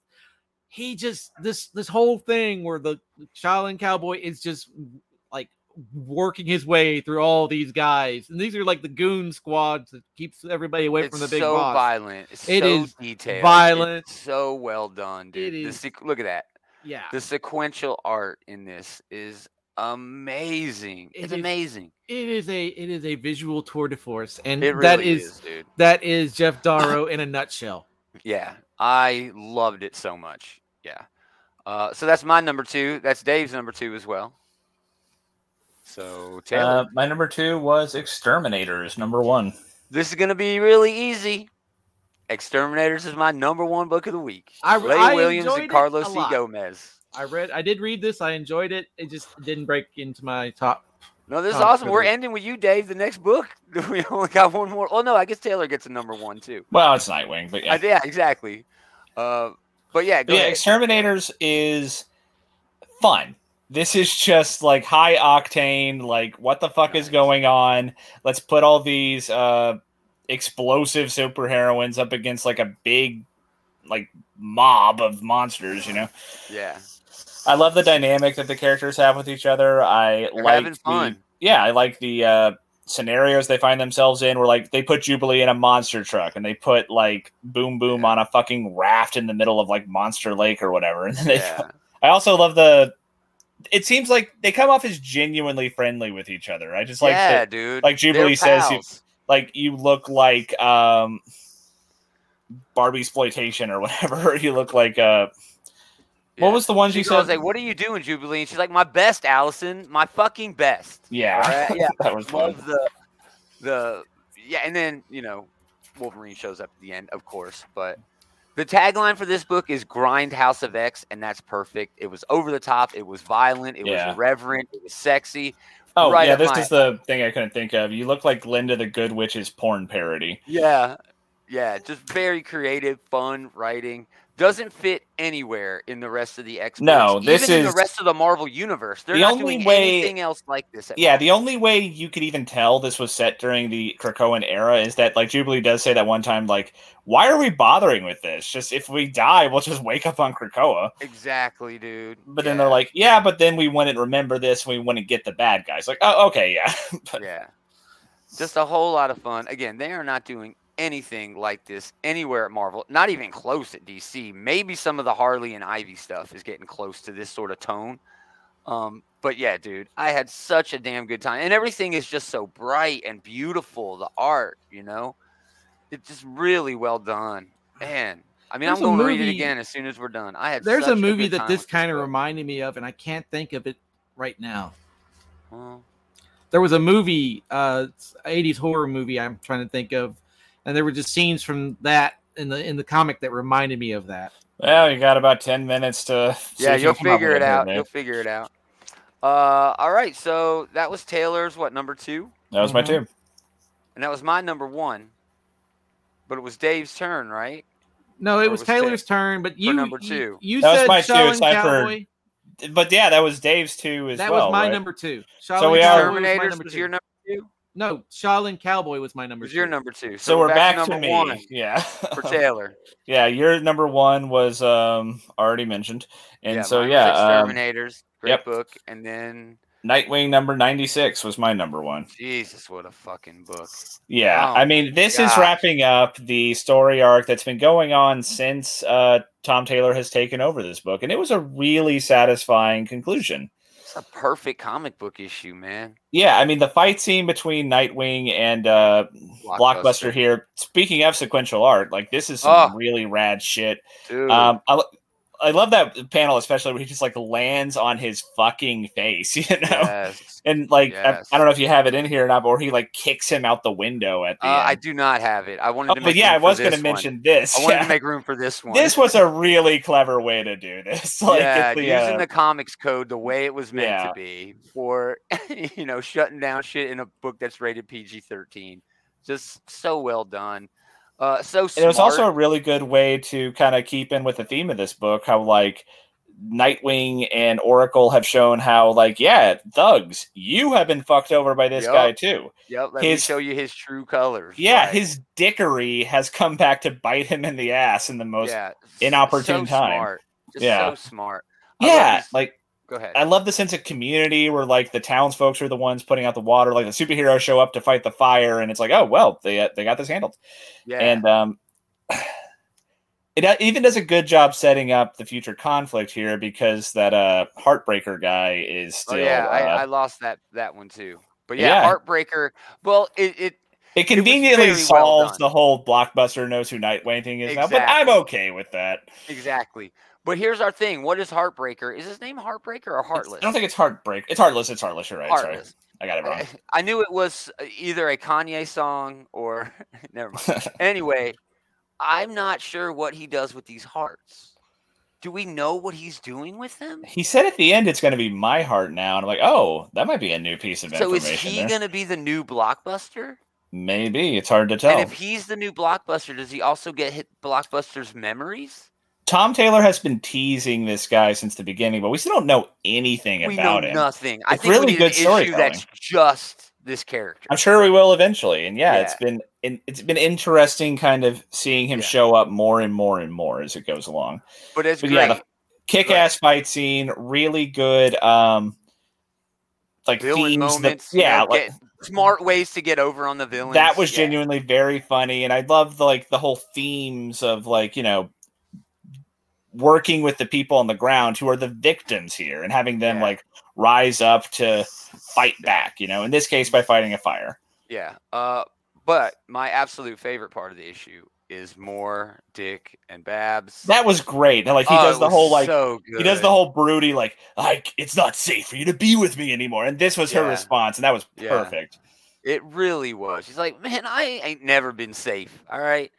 [SPEAKER 2] he just this this whole thing where the Shaolin Cowboy is just like working his way through all these guys, and these are like the goon squads that keeps everybody away
[SPEAKER 1] it's
[SPEAKER 2] from the big
[SPEAKER 1] so
[SPEAKER 2] boss.
[SPEAKER 1] violent. It's
[SPEAKER 2] It
[SPEAKER 1] so
[SPEAKER 2] is
[SPEAKER 1] detailed. It's
[SPEAKER 2] violent.
[SPEAKER 1] so well done, dude. The
[SPEAKER 2] is-
[SPEAKER 1] sequ- look at that.
[SPEAKER 2] Yeah,
[SPEAKER 1] The sequential art in this is amazing.
[SPEAKER 2] It
[SPEAKER 1] It's
[SPEAKER 2] is-
[SPEAKER 1] amazing.
[SPEAKER 2] it is a it is a visual tour de force, and
[SPEAKER 1] It really
[SPEAKER 2] that is,
[SPEAKER 1] is, dude.
[SPEAKER 2] that is Jeff Darrow in a nutshell.
[SPEAKER 1] Yeah, I loved it so much. Yeah. Uh, so that's my number two. That's Dave's number two as well. So Taylor,
[SPEAKER 3] Uh, my number two was Exterminators. Number one.
[SPEAKER 1] this is gonna be really easy. Exterminators is my number one book of the week.
[SPEAKER 2] I-
[SPEAKER 1] Ray
[SPEAKER 2] I
[SPEAKER 1] Williams
[SPEAKER 2] enjoyed
[SPEAKER 1] and
[SPEAKER 2] it
[SPEAKER 1] Carlos
[SPEAKER 2] a
[SPEAKER 1] C.
[SPEAKER 2] lot.
[SPEAKER 1] Gomez.
[SPEAKER 2] I read, I did read this. I enjoyed it. It just didn't break into my top.
[SPEAKER 1] No, this is
[SPEAKER 2] Oh,
[SPEAKER 1] awesome.
[SPEAKER 2] good
[SPEAKER 1] We're
[SPEAKER 2] week.
[SPEAKER 1] ending with you, Dave. The next book. (laughs) We only got one more. Oh no, I guess Taylor gets a number one too.
[SPEAKER 3] Well, it's Nightwing, but yeah.
[SPEAKER 1] I- Yeah, exactly. Uh, but yeah, go
[SPEAKER 3] yeah,
[SPEAKER 1] ahead.
[SPEAKER 3] Exterminators is fun. This is just like high octane, like what the fuck is
[SPEAKER 1] Nice.
[SPEAKER 3] going on? Let's put all these uh explosive superheroines up against like a big like mob of monsters, you know.
[SPEAKER 1] yeah,
[SPEAKER 3] I love the dynamic that the characters have with each other. I
[SPEAKER 1] They're
[SPEAKER 3] like
[SPEAKER 1] having
[SPEAKER 3] the-
[SPEAKER 1] fun.
[SPEAKER 3] yeah, I like the uh, scenarios they find themselves in where like they put Jubilee in a monster truck and they put like Boom Boom on a fucking raft in the middle of like Monster Lake or whatever. And then (laughs) they,
[SPEAKER 1] yeah.
[SPEAKER 3] (laughs) I also love the. It seems like they come off as genuinely friendly with each other. I just like
[SPEAKER 1] yeah,
[SPEAKER 3] that,
[SPEAKER 1] dude.
[SPEAKER 3] like
[SPEAKER 1] They're
[SPEAKER 3] Jubilee says, you,
[SPEAKER 1] pals.
[SPEAKER 3] like you look like um, Barbie exploitation or whatever. (laughs) you look like uh,
[SPEAKER 1] Yeah.
[SPEAKER 3] what was the one she
[SPEAKER 1] She was
[SPEAKER 3] said?
[SPEAKER 1] like, "What are you doing, Jubilee?" And she's like, "My best, Allison. My fucking best."
[SPEAKER 3] yeah, (laughs)
[SPEAKER 1] Alright, yeah.
[SPEAKER 3] that was fun.
[SPEAKER 1] Love the, the, yeah. And then you know, Wolverine shows up at the end, of course. But the tagline for this book is "Grindhouse of X," and that's perfect. It was over the top. It was violent. It
[SPEAKER 3] Yeah.
[SPEAKER 1] was irreverent. It was sexy.
[SPEAKER 3] Oh
[SPEAKER 1] right
[SPEAKER 3] yeah,
[SPEAKER 1] up
[SPEAKER 3] this
[SPEAKER 1] my-
[SPEAKER 3] is the thing I couldn't think of. You look like Linda the Good Witch's porn parody.
[SPEAKER 1] Yeah, yeah. Just very creative, fun writing. Doesn't fit anywhere in the rest of the X.
[SPEAKER 3] No, this
[SPEAKER 1] even in
[SPEAKER 3] is-
[SPEAKER 1] the rest of the Marvel universe. They're
[SPEAKER 3] The
[SPEAKER 1] not
[SPEAKER 3] only
[SPEAKER 1] doing
[SPEAKER 3] way-
[SPEAKER 1] anything else like this. at
[SPEAKER 3] Yeah, the only way you could even tell this was set during the Krakoan era is that like Jubilee does say that one time, like, why are we bothering with this? Just if we die, we'll just wake up on Krakoa.
[SPEAKER 1] Exactly, dude.
[SPEAKER 3] But then
[SPEAKER 1] Yeah,
[SPEAKER 3] they're like, yeah, but then we wouldn't remember this. We wouldn't get the bad guys. Like, oh, okay, yeah. (laughs) but-
[SPEAKER 1] yeah, just a whole lot of fun. Again, they are not doing anything like this anywhere at Marvel. Not even close at DC. Maybe some of the Harley and Ivy stuff is getting close to this sort of tone. Um, but yeah, dude, I had such a damn good time, and everything is just so bright and beautiful. The art, you know, it's just really well done. Man, I mean,
[SPEAKER 2] There's
[SPEAKER 1] I'm
[SPEAKER 2] a
[SPEAKER 1] going to read it
[SPEAKER 2] movie-
[SPEAKER 1] again as soon as we're done. I had
[SPEAKER 2] There's
[SPEAKER 1] such
[SPEAKER 2] a movie
[SPEAKER 1] good
[SPEAKER 2] that
[SPEAKER 1] time
[SPEAKER 2] this
[SPEAKER 1] with
[SPEAKER 2] kind of
[SPEAKER 1] book.
[SPEAKER 2] reminded me of, and I can't think of it right now.
[SPEAKER 1] Well,
[SPEAKER 2] There was a movie, uh, it's a 80s horror movie. I'm trying to think of, and there were just scenes from that in the in the comic that reminded me of that.
[SPEAKER 3] well, you got about ten minutes to. see
[SPEAKER 1] yeah,
[SPEAKER 3] if you
[SPEAKER 1] you'll
[SPEAKER 3] can come up
[SPEAKER 1] figure
[SPEAKER 3] with
[SPEAKER 1] it out.
[SPEAKER 3] man.
[SPEAKER 1] You'll figure it out. Uh, all right, so that was Taylor's what number two,
[SPEAKER 3] That was my
[SPEAKER 2] Mhm.
[SPEAKER 1] Mm-hmm.
[SPEAKER 3] two.
[SPEAKER 1] and that was my number one. But it was Dave's turn, right?
[SPEAKER 2] No,
[SPEAKER 1] Or
[SPEAKER 2] it was,
[SPEAKER 1] was Taylor-
[SPEAKER 2] Taylor's turn, but you
[SPEAKER 1] number
[SPEAKER 2] you-
[SPEAKER 1] two.
[SPEAKER 2] You,
[SPEAKER 3] That was
[SPEAKER 2] said
[SPEAKER 3] my two,
[SPEAKER 2] Shaolin
[SPEAKER 3] aside for
[SPEAKER 2] Cowboy.
[SPEAKER 3] But yeah, that was Dave's two as
[SPEAKER 2] That
[SPEAKER 3] well.
[SPEAKER 2] was my
[SPEAKER 3] right?
[SPEAKER 2] number two. Shaolin
[SPEAKER 3] we are-
[SPEAKER 2] Cowboy was my
[SPEAKER 1] Terminators
[SPEAKER 2] number
[SPEAKER 1] was
[SPEAKER 2] two.
[SPEAKER 1] your number.
[SPEAKER 2] no, Shaolin Cowboy was my number.
[SPEAKER 1] Was your
[SPEAKER 2] two.
[SPEAKER 1] number two?
[SPEAKER 3] So, we're back, to,
[SPEAKER 1] number
[SPEAKER 3] me.
[SPEAKER 1] one
[SPEAKER 3] Yeah. (laughs)
[SPEAKER 1] for Taylor.
[SPEAKER 3] Yeah, your number one was um already mentioned, and so
[SPEAKER 1] mine was
[SPEAKER 3] yeah, um,
[SPEAKER 1] Exterminators, great
[SPEAKER 3] yep.
[SPEAKER 1] book, and then
[SPEAKER 3] Nightwing number 96 was my number one.
[SPEAKER 1] Jesus, what a fucking book.
[SPEAKER 3] Yeah,
[SPEAKER 1] Oh
[SPEAKER 3] I mean, this is
[SPEAKER 1] gosh.
[SPEAKER 3] wrapping up the story arc that's been going on since uh, Tom Taylor has taken over this book, and it was a really satisfying conclusion.
[SPEAKER 1] It's a perfect comic book issue, man.
[SPEAKER 3] Yeah, I mean, the fight scene between Nightwing and uh, Blockbuster. here. Speaking of sequential art, like this is some
[SPEAKER 1] Oh.
[SPEAKER 3] really rad shit.
[SPEAKER 1] Dude.
[SPEAKER 3] Um, (laughs) I, lo- I love that panel, especially where he just like lands on his fucking face, (laughs) you know.
[SPEAKER 1] yes.
[SPEAKER 3] And like,
[SPEAKER 1] Yes.
[SPEAKER 3] I, I don't know if you have it in here or not, but where he like kicks him out the window at the
[SPEAKER 1] Uh, I
[SPEAKER 3] end.
[SPEAKER 1] do not have it. I wanted
[SPEAKER 3] Oh,
[SPEAKER 1] to
[SPEAKER 3] but
[SPEAKER 1] make
[SPEAKER 3] yeah, I
[SPEAKER 1] room for
[SPEAKER 3] was going to
[SPEAKER 1] this one.
[SPEAKER 3] mention this.
[SPEAKER 1] I wanted
[SPEAKER 3] (laughs) yeah.
[SPEAKER 1] to make room for this one.
[SPEAKER 3] This was a really clever way to do this. (laughs) Like,
[SPEAKER 1] yeah,
[SPEAKER 3] it's the,
[SPEAKER 1] using
[SPEAKER 3] uh,
[SPEAKER 1] the comics code the way it was meant
[SPEAKER 3] Yeah.
[SPEAKER 1] to be for (laughs) you know shutting down shit in a book that's rated PG thirteen. Just so well done. Uh, so smart.
[SPEAKER 3] and it was also a really good way to kind of keep in with the theme of this book how like nightwing and oracle have shown how like yeah thugs you have been fucked over by this
[SPEAKER 1] Yup.
[SPEAKER 3] guy too
[SPEAKER 1] yep. Let me
[SPEAKER 3] his-
[SPEAKER 1] show you his true colors.
[SPEAKER 3] yeah
[SPEAKER 1] right?
[SPEAKER 3] his dickery has come back to bite him in the ass in the most yeah,
[SPEAKER 1] yeah,
[SPEAKER 3] inopportune
[SPEAKER 1] so
[SPEAKER 3] time.
[SPEAKER 1] Smart. Just
[SPEAKER 3] Yeah.
[SPEAKER 1] so smart. I love these-
[SPEAKER 3] like
[SPEAKER 1] go ahead.
[SPEAKER 3] i love the sense of community where like the townsfolks are the ones putting out the water like the superheroes show up to fight the fire and it's like oh well they, uh, they got this handled
[SPEAKER 1] yeah,
[SPEAKER 3] and um, (sighs) it a- even does a good job setting up the future conflict here because that uh heartbreaker guy is
[SPEAKER 1] oh,
[SPEAKER 3] still
[SPEAKER 1] yeah. I,
[SPEAKER 3] uh,
[SPEAKER 1] I lost that that one too. But yeah,
[SPEAKER 3] Yeah.
[SPEAKER 1] Heartbreaker. Well, it, it
[SPEAKER 3] it
[SPEAKER 1] was
[SPEAKER 3] conveniently
[SPEAKER 1] very well
[SPEAKER 3] solves
[SPEAKER 1] done.
[SPEAKER 3] the whole blockbuster knows who Nightwing thing is now, but I'm
[SPEAKER 1] Exactly.
[SPEAKER 3] okay with that.
[SPEAKER 1] exactly. But here's our thing. What is Heartbreaker? Is his name Heartbreaker or
[SPEAKER 3] It's-
[SPEAKER 1] Heartless?
[SPEAKER 3] I don't think it's heartbreak. It's heartless. It's heartless. You're right.
[SPEAKER 1] Heartless.
[SPEAKER 3] Sorry, I got it wrong.
[SPEAKER 1] I, (laughs) I knew it was uh, either a Kanye song or (laughs) never
[SPEAKER 3] (laughs)
[SPEAKER 1] mind. anyway, I'm not sure what he does with these hearts. Do we know what he's doing with them?
[SPEAKER 3] He said at the end it's going to be my heart now, and I'm like, oh, that might be a new piece of
[SPEAKER 1] So is
[SPEAKER 3] information. eh?
[SPEAKER 1] he
[SPEAKER 3] there.
[SPEAKER 1] going to be the new blockbuster?
[SPEAKER 3] Maybe it's hard to tell.
[SPEAKER 1] And if he's the new blockbuster, does he also get hit blockbuster's memories?
[SPEAKER 3] Tom Taylor has been teasing this guy since the beginning, but we still don't know anything
[SPEAKER 1] we know
[SPEAKER 3] about him.
[SPEAKER 1] nothing. I
[SPEAKER 3] It's
[SPEAKER 1] think
[SPEAKER 3] really
[SPEAKER 1] we need an
[SPEAKER 3] good
[SPEAKER 1] issue
[SPEAKER 3] storytelling.
[SPEAKER 1] that's just this character.
[SPEAKER 3] I'm sure we will eventually. And yeah, it's
[SPEAKER 1] Yeah.
[SPEAKER 3] been in- it's been interesting kind of seeing him
[SPEAKER 1] Yeah.
[SPEAKER 3] show up more and more and more as it goes along.
[SPEAKER 1] But it's
[SPEAKER 3] But
[SPEAKER 1] great.
[SPEAKER 3] yeah, the Kick ass fight scene, really good um like
[SPEAKER 1] villain
[SPEAKER 3] themes that-
[SPEAKER 1] moments. you know,
[SPEAKER 3] yeah, like,
[SPEAKER 1] get- smart ways to get over on the villains.
[SPEAKER 3] that was
[SPEAKER 1] yeah.
[SPEAKER 3] genuinely very funny and I love the, like the whole themes of like, you know, working with the people on the ground who are the victims here and having them
[SPEAKER 1] Yeah.
[SPEAKER 3] like rise up to fight back, you know, in this case by fighting a fire.
[SPEAKER 1] Yeah. Uh, but my absolute favorite part of the issue is more Dick and Babs.
[SPEAKER 3] That was great. And like he
[SPEAKER 1] Oh,
[SPEAKER 3] does
[SPEAKER 1] it
[SPEAKER 3] the
[SPEAKER 1] was
[SPEAKER 3] whole like
[SPEAKER 1] so
[SPEAKER 3] he does
[SPEAKER 1] good.
[SPEAKER 3] the whole broody like like it's not safe for you to be with me anymore and this was her
[SPEAKER 1] Yeah.
[SPEAKER 3] response and that was
[SPEAKER 1] Yeah.
[SPEAKER 3] perfect
[SPEAKER 1] It really was. She's like, man, I ain't never been safe. All right.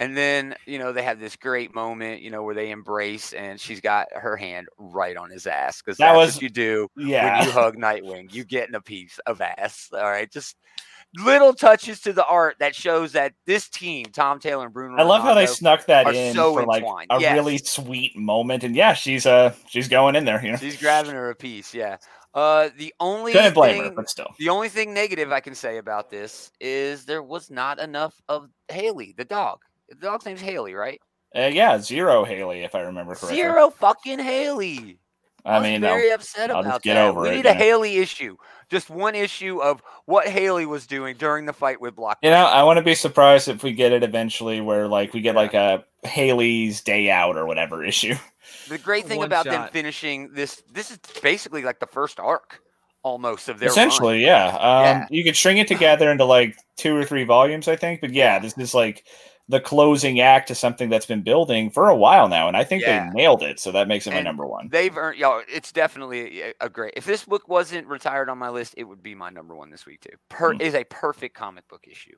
[SPEAKER 1] And then you know they have this great moment, you know, where they embrace, and she's got her hand right on his ass because
[SPEAKER 3] That
[SPEAKER 1] that's
[SPEAKER 3] was-
[SPEAKER 1] what you do
[SPEAKER 3] yeah
[SPEAKER 1] when you hug Nightwing. You getting a piece of ass. All right, just little touches to the art that shows that this team, Tom Taylor and Bruno,
[SPEAKER 3] i love how they
[SPEAKER 1] Rinaldo,
[SPEAKER 3] snuck that
[SPEAKER 1] are
[SPEAKER 3] in
[SPEAKER 1] so
[SPEAKER 3] for like
[SPEAKER 1] entwined.
[SPEAKER 3] a
[SPEAKER 1] Yes.
[SPEAKER 3] really sweet moment and yeah she's uh she's going in there you know (laughs)
[SPEAKER 1] She's grabbing her a piece, yeah. Uh, the only
[SPEAKER 3] couldn't blame her
[SPEAKER 1] thing,
[SPEAKER 3] but still
[SPEAKER 1] the only thing negative I can say about this is there was not enough of Haley, the dog. The dog's name's Haley, right?
[SPEAKER 3] uh, yeah zero haley if i remember correctly
[SPEAKER 1] Zero fucking Haley.
[SPEAKER 3] i
[SPEAKER 1] was
[SPEAKER 3] mean no.
[SPEAKER 1] very upset
[SPEAKER 3] I'll
[SPEAKER 1] about
[SPEAKER 3] just get
[SPEAKER 1] that.
[SPEAKER 3] over
[SPEAKER 1] we
[SPEAKER 3] it,
[SPEAKER 1] need
[SPEAKER 3] yeah.
[SPEAKER 1] a Haley issue, just one issue of what Haley was doing during the fight with Block.
[SPEAKER 3] you know i want to be surprised if we get it eventually where like we get like a haley's day out or whatever (laughs) issue
[SPEAKER 1] The great thing
[SPEAKER 2] One
[SPEAKER 1] about them
[SPEAKER 2] shot.
[SPEAKER 1] finishing this, this is basically like the first arc almost of their run.
[SPEAKER 3] essentially yeah um
[SPEAKER 1] Yeah.
[SPEAKER 3] you could string it together into like two or three volumes i think but yeah,
[SPEAKER 1] Yeah.
[SPEAKER 3] this is like the closing act to something that's been building for a while now and i think
[SPEAKER 1] Yeah.
[SPEAKER 3] they nailed it so that makes it my
[SPEAKER 1] And
[SPEAKER 3] number one
[SPEAKER 1] They've earned y'all. It's definitely a, a great. If this book wasn't retired on my list, it would be my number one this week too. Per
[SPEAKER 3] Mm.
[SPEAKER 1] is a perfect comic book issue.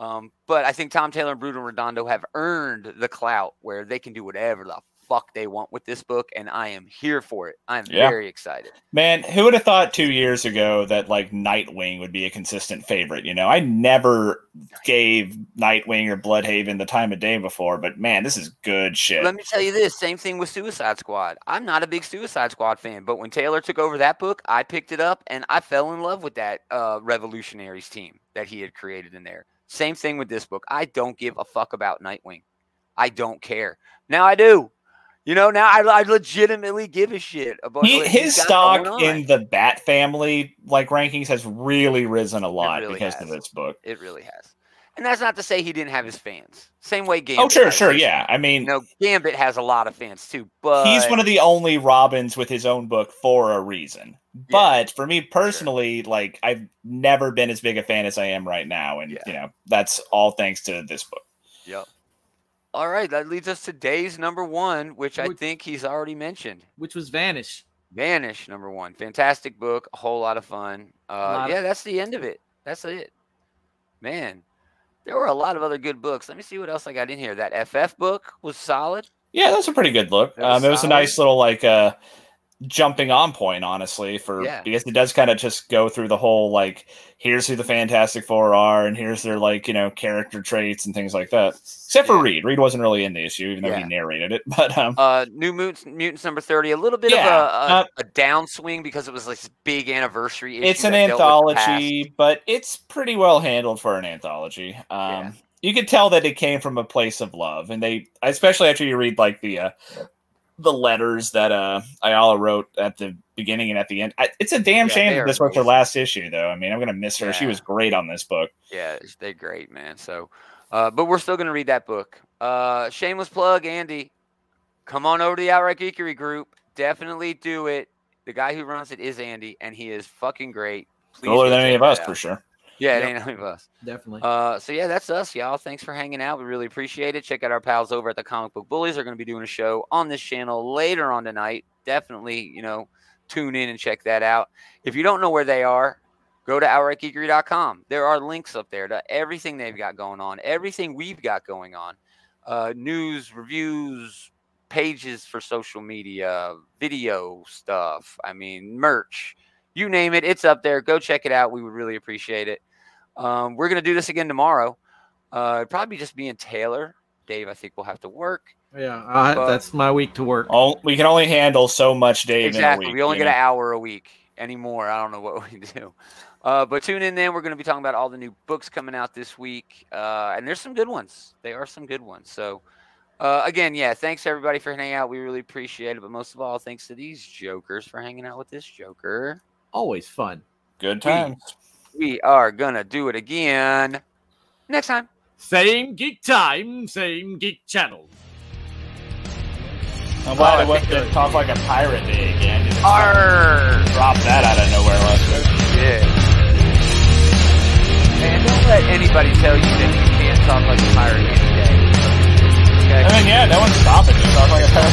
[SPEAKER 1] Um, but I think Tom Taylor and Bruno Redondo have earned the clout where they can do whatever the fuck they want with this book, and I am here for it. I'm
[SPEAKER 3] Yeah.
[SPEAKER 1] very excited.
[SPEAKER 3] man who would have thought two years ago that like nightwing would be a consistent favorite you know i never gave nightwing or bloodhaven the time of day before but man this is good shit
[SPEAKER 1] Let me tell you this. Same thing with Suicide Squad. I'm not a big Suicide Squad fan, but when Taylor took over that book, I picked it up and I fell in love with that uh, Revolutionaries team that he had created in there. Same thing with this book. I don't give a fuck about Nightwing. I don't care. Now I do. You know, now I, I legitimately give a shit about
[SPEAKER 3] He,
[SPEAKER 1] what
[SPEAKER 3] his
[SPEAKER 1] he's got
[SPEAKER 3] stock
[SPEAKER 1] going on.
[SPEAKER 3] in the Bat family like rankings has really risen a lot
[SPEAKER 1] really
[SPEAKER 3] because of
[SPEAKER 1] has.
[SPEAKER 3] this book.
[SPEAKER 1] it really has. And that's not to say he didn't have his fans. Same way Gambit.
[SPEAKER 3] Oh, sure,
[SPEAKER 1] has
[SPEAKER 3] sure,
[SPEAKER 1] his-
[SPEAKER 3] yeah. I mean,
[SPEAKER 1] You know, Gambit has a lot of fans too, but
[SPEAKER 3] he's one of the only Robins with his own book for a reason. But for me personally, like I've never been as big a fan as I am right now, and
[SPEAKER 1] Yeah.
[SPEAKER 3] you know that's all thanks to this book.
[SPEAKER 1] All right, that leads us to Days number one, which I
[SPEAKER 2] Which-
[SPEAKER 1] think he's already mentioned.
[SPEAKER 2] which was Vanish.
[SPEAKER 1] Vanish number one, fantastic book, a whole lot of fun. Uh,
[SPEAKER 2] Lot of-
[SPEAKER 1] yeah, that's the end of it. That's it. Man, there were a lot of other good books. Let me see what else I got in here. That FF book was solid.
[SPEAKER 3] Yeah, that's a pretty good look.
[SPEAKER 1] That was
[SPEAKER 3] Um, it was a
[SPEAKER 1] solid.
[SPEAKER 3] nice little like uh, jumping on point, honestly, for
[SPEAKER 1] Yeah.
[SPEAKER 3] because it does kind of just go through the whole like here's who the Fantastic Four are, and here's their like you know character traits and things like that. Except for
[SPEAKER 1] Yeah.
[SPEAKER 3] Reed, Reed wasn't really in the issue, even though
[SPEAKER 1] Yeah.
[SPEAKER 3] he narrated it. (laughs) But um,
[SPEAKER 1] Uh, New Mutants, Mutants number thirty. A little bit
[SPEAKER 3] Yeah,
[SPEAKER 1] of a, a,
[SPEAKER 3] not-
[SPEAKER 1] a downswing because it was like this big anniversary. Issue
[SPEAKER 3] it's an
[SPEAKER 1] that dealt with the past.
[SPEAKER 3] anthology, but it's pretty well handled for an anthology. Um,
[SPEAKER 1] Yeah.
[SPEAKER 3] You could tell that it came from a place of love, and they, especially after you read like the uh, the letters that uh, Ayala wrote at the beginning and at the end. I, it's a damn
[SPEAKER 1] Yeah,
[SPEAKER 3] shame
[SPEAKER 1] they
[SPEAKER 3] that
[SPEAKER 1] are
[SPEAKER 3] this was her
[SPEAKER 1] amazing.
[SPEAKER 3] last issue, though. I mean, I'm gonna miss her. She
[SPEAKER 1] Yeah.
[SPEAKER 3] was great on this book.
[SPEAKER 1] Yeah, it's- they're great, man. So, uh, but we're still gonna read that book. Uh, shameless plug, Andy. Come on over to the Outright Geekery group. Definitely do it. The guy who runs it is Andy, and he is fucking great. Please
[SPEAKER 3] Cooler
[SPEAKER 1] go
[SPEAKER 3] than any
[SPEAKER 1] check
[SPEAKER 3] of
[SPEAKER 1] that
[SPEAKER 3] us
[SPEAKER 1] out.
[SPEAKER 3] for sure.
[SPEAKER 1] Yeah, it
[SPEAKER 2] Yep.
[SPEAKER 1] ain't any of us.
[SPEAKER 2] Definitely.
[SPEAKER 1] Uh, so yeah, that's us, y'all. Thanks for hanging out. We really appreciate it. Check out our pals over at the Comic Book Bullies. They're going to be doing a show on this channel later on tonight. Definitely, you know, tune in and check that out. If you don't know where they are, go to E outrightgeekery.com. There are links up there to everything they've got going on, everything we've got going on. Uh, news, reviews, pages for social media, video stuff. I mean, merch. You name it, it's up there. Go check it out. We would really appreciate it. Um, we're gonna do this again tomorrow. Uh, it'd probably just me and Taylor. Dave, I think we'll have to work.
[SPEAKER 2] yeah, I,
[SPEAKER 1] but-
[SPEAKER 2] that's my week to work.
[SPEAKER 3] All, we can only handle so much, Dave.
[SPEAKER 1] exactly.
[SPEAKER 3] In a week,
[SPEAKER 1] we only
[SPEAKER 3] you
[SPEAKER 1] get
[SPEAKER 3] know?
[SPEAKER 1] an hour a week anymore. I don't know what (laughs) we do. Uh, but tune in then. We're gonna be talking about all the new books coming out this week, uh, and there's some good ones. They are some good ones. So. Uh, again, yeah, thanks everybody for hanging out. We really appreciate it. But most of all, thanks to these jokers for hanging out with this joker.
[SPEAKER 2] Always fun.
[SPEAKER 3] good time.
[SPEAKER 1] We are going to do it again next time.
[SPEAKER 2] Same geek time, same geek channel.
[SPEAKER 3] I'm glad
[SPEAKER 1] Oh, I
[SPEAKER 3] I wasn't
[SPEAKER 1] think
[SPEAKER 3] gonna talk like a pirate day again. You just
[SPEAKER 1] Arr!
[SPEAKER 3] Drop that out of nowhere last week.
[SPEAKER 1] Yeah. And don't let anybody tell you that you can't talk like a pirate any day. Okay?
[SPEAKER 3] I mean, yeah, no one's stopping you. So I'm like,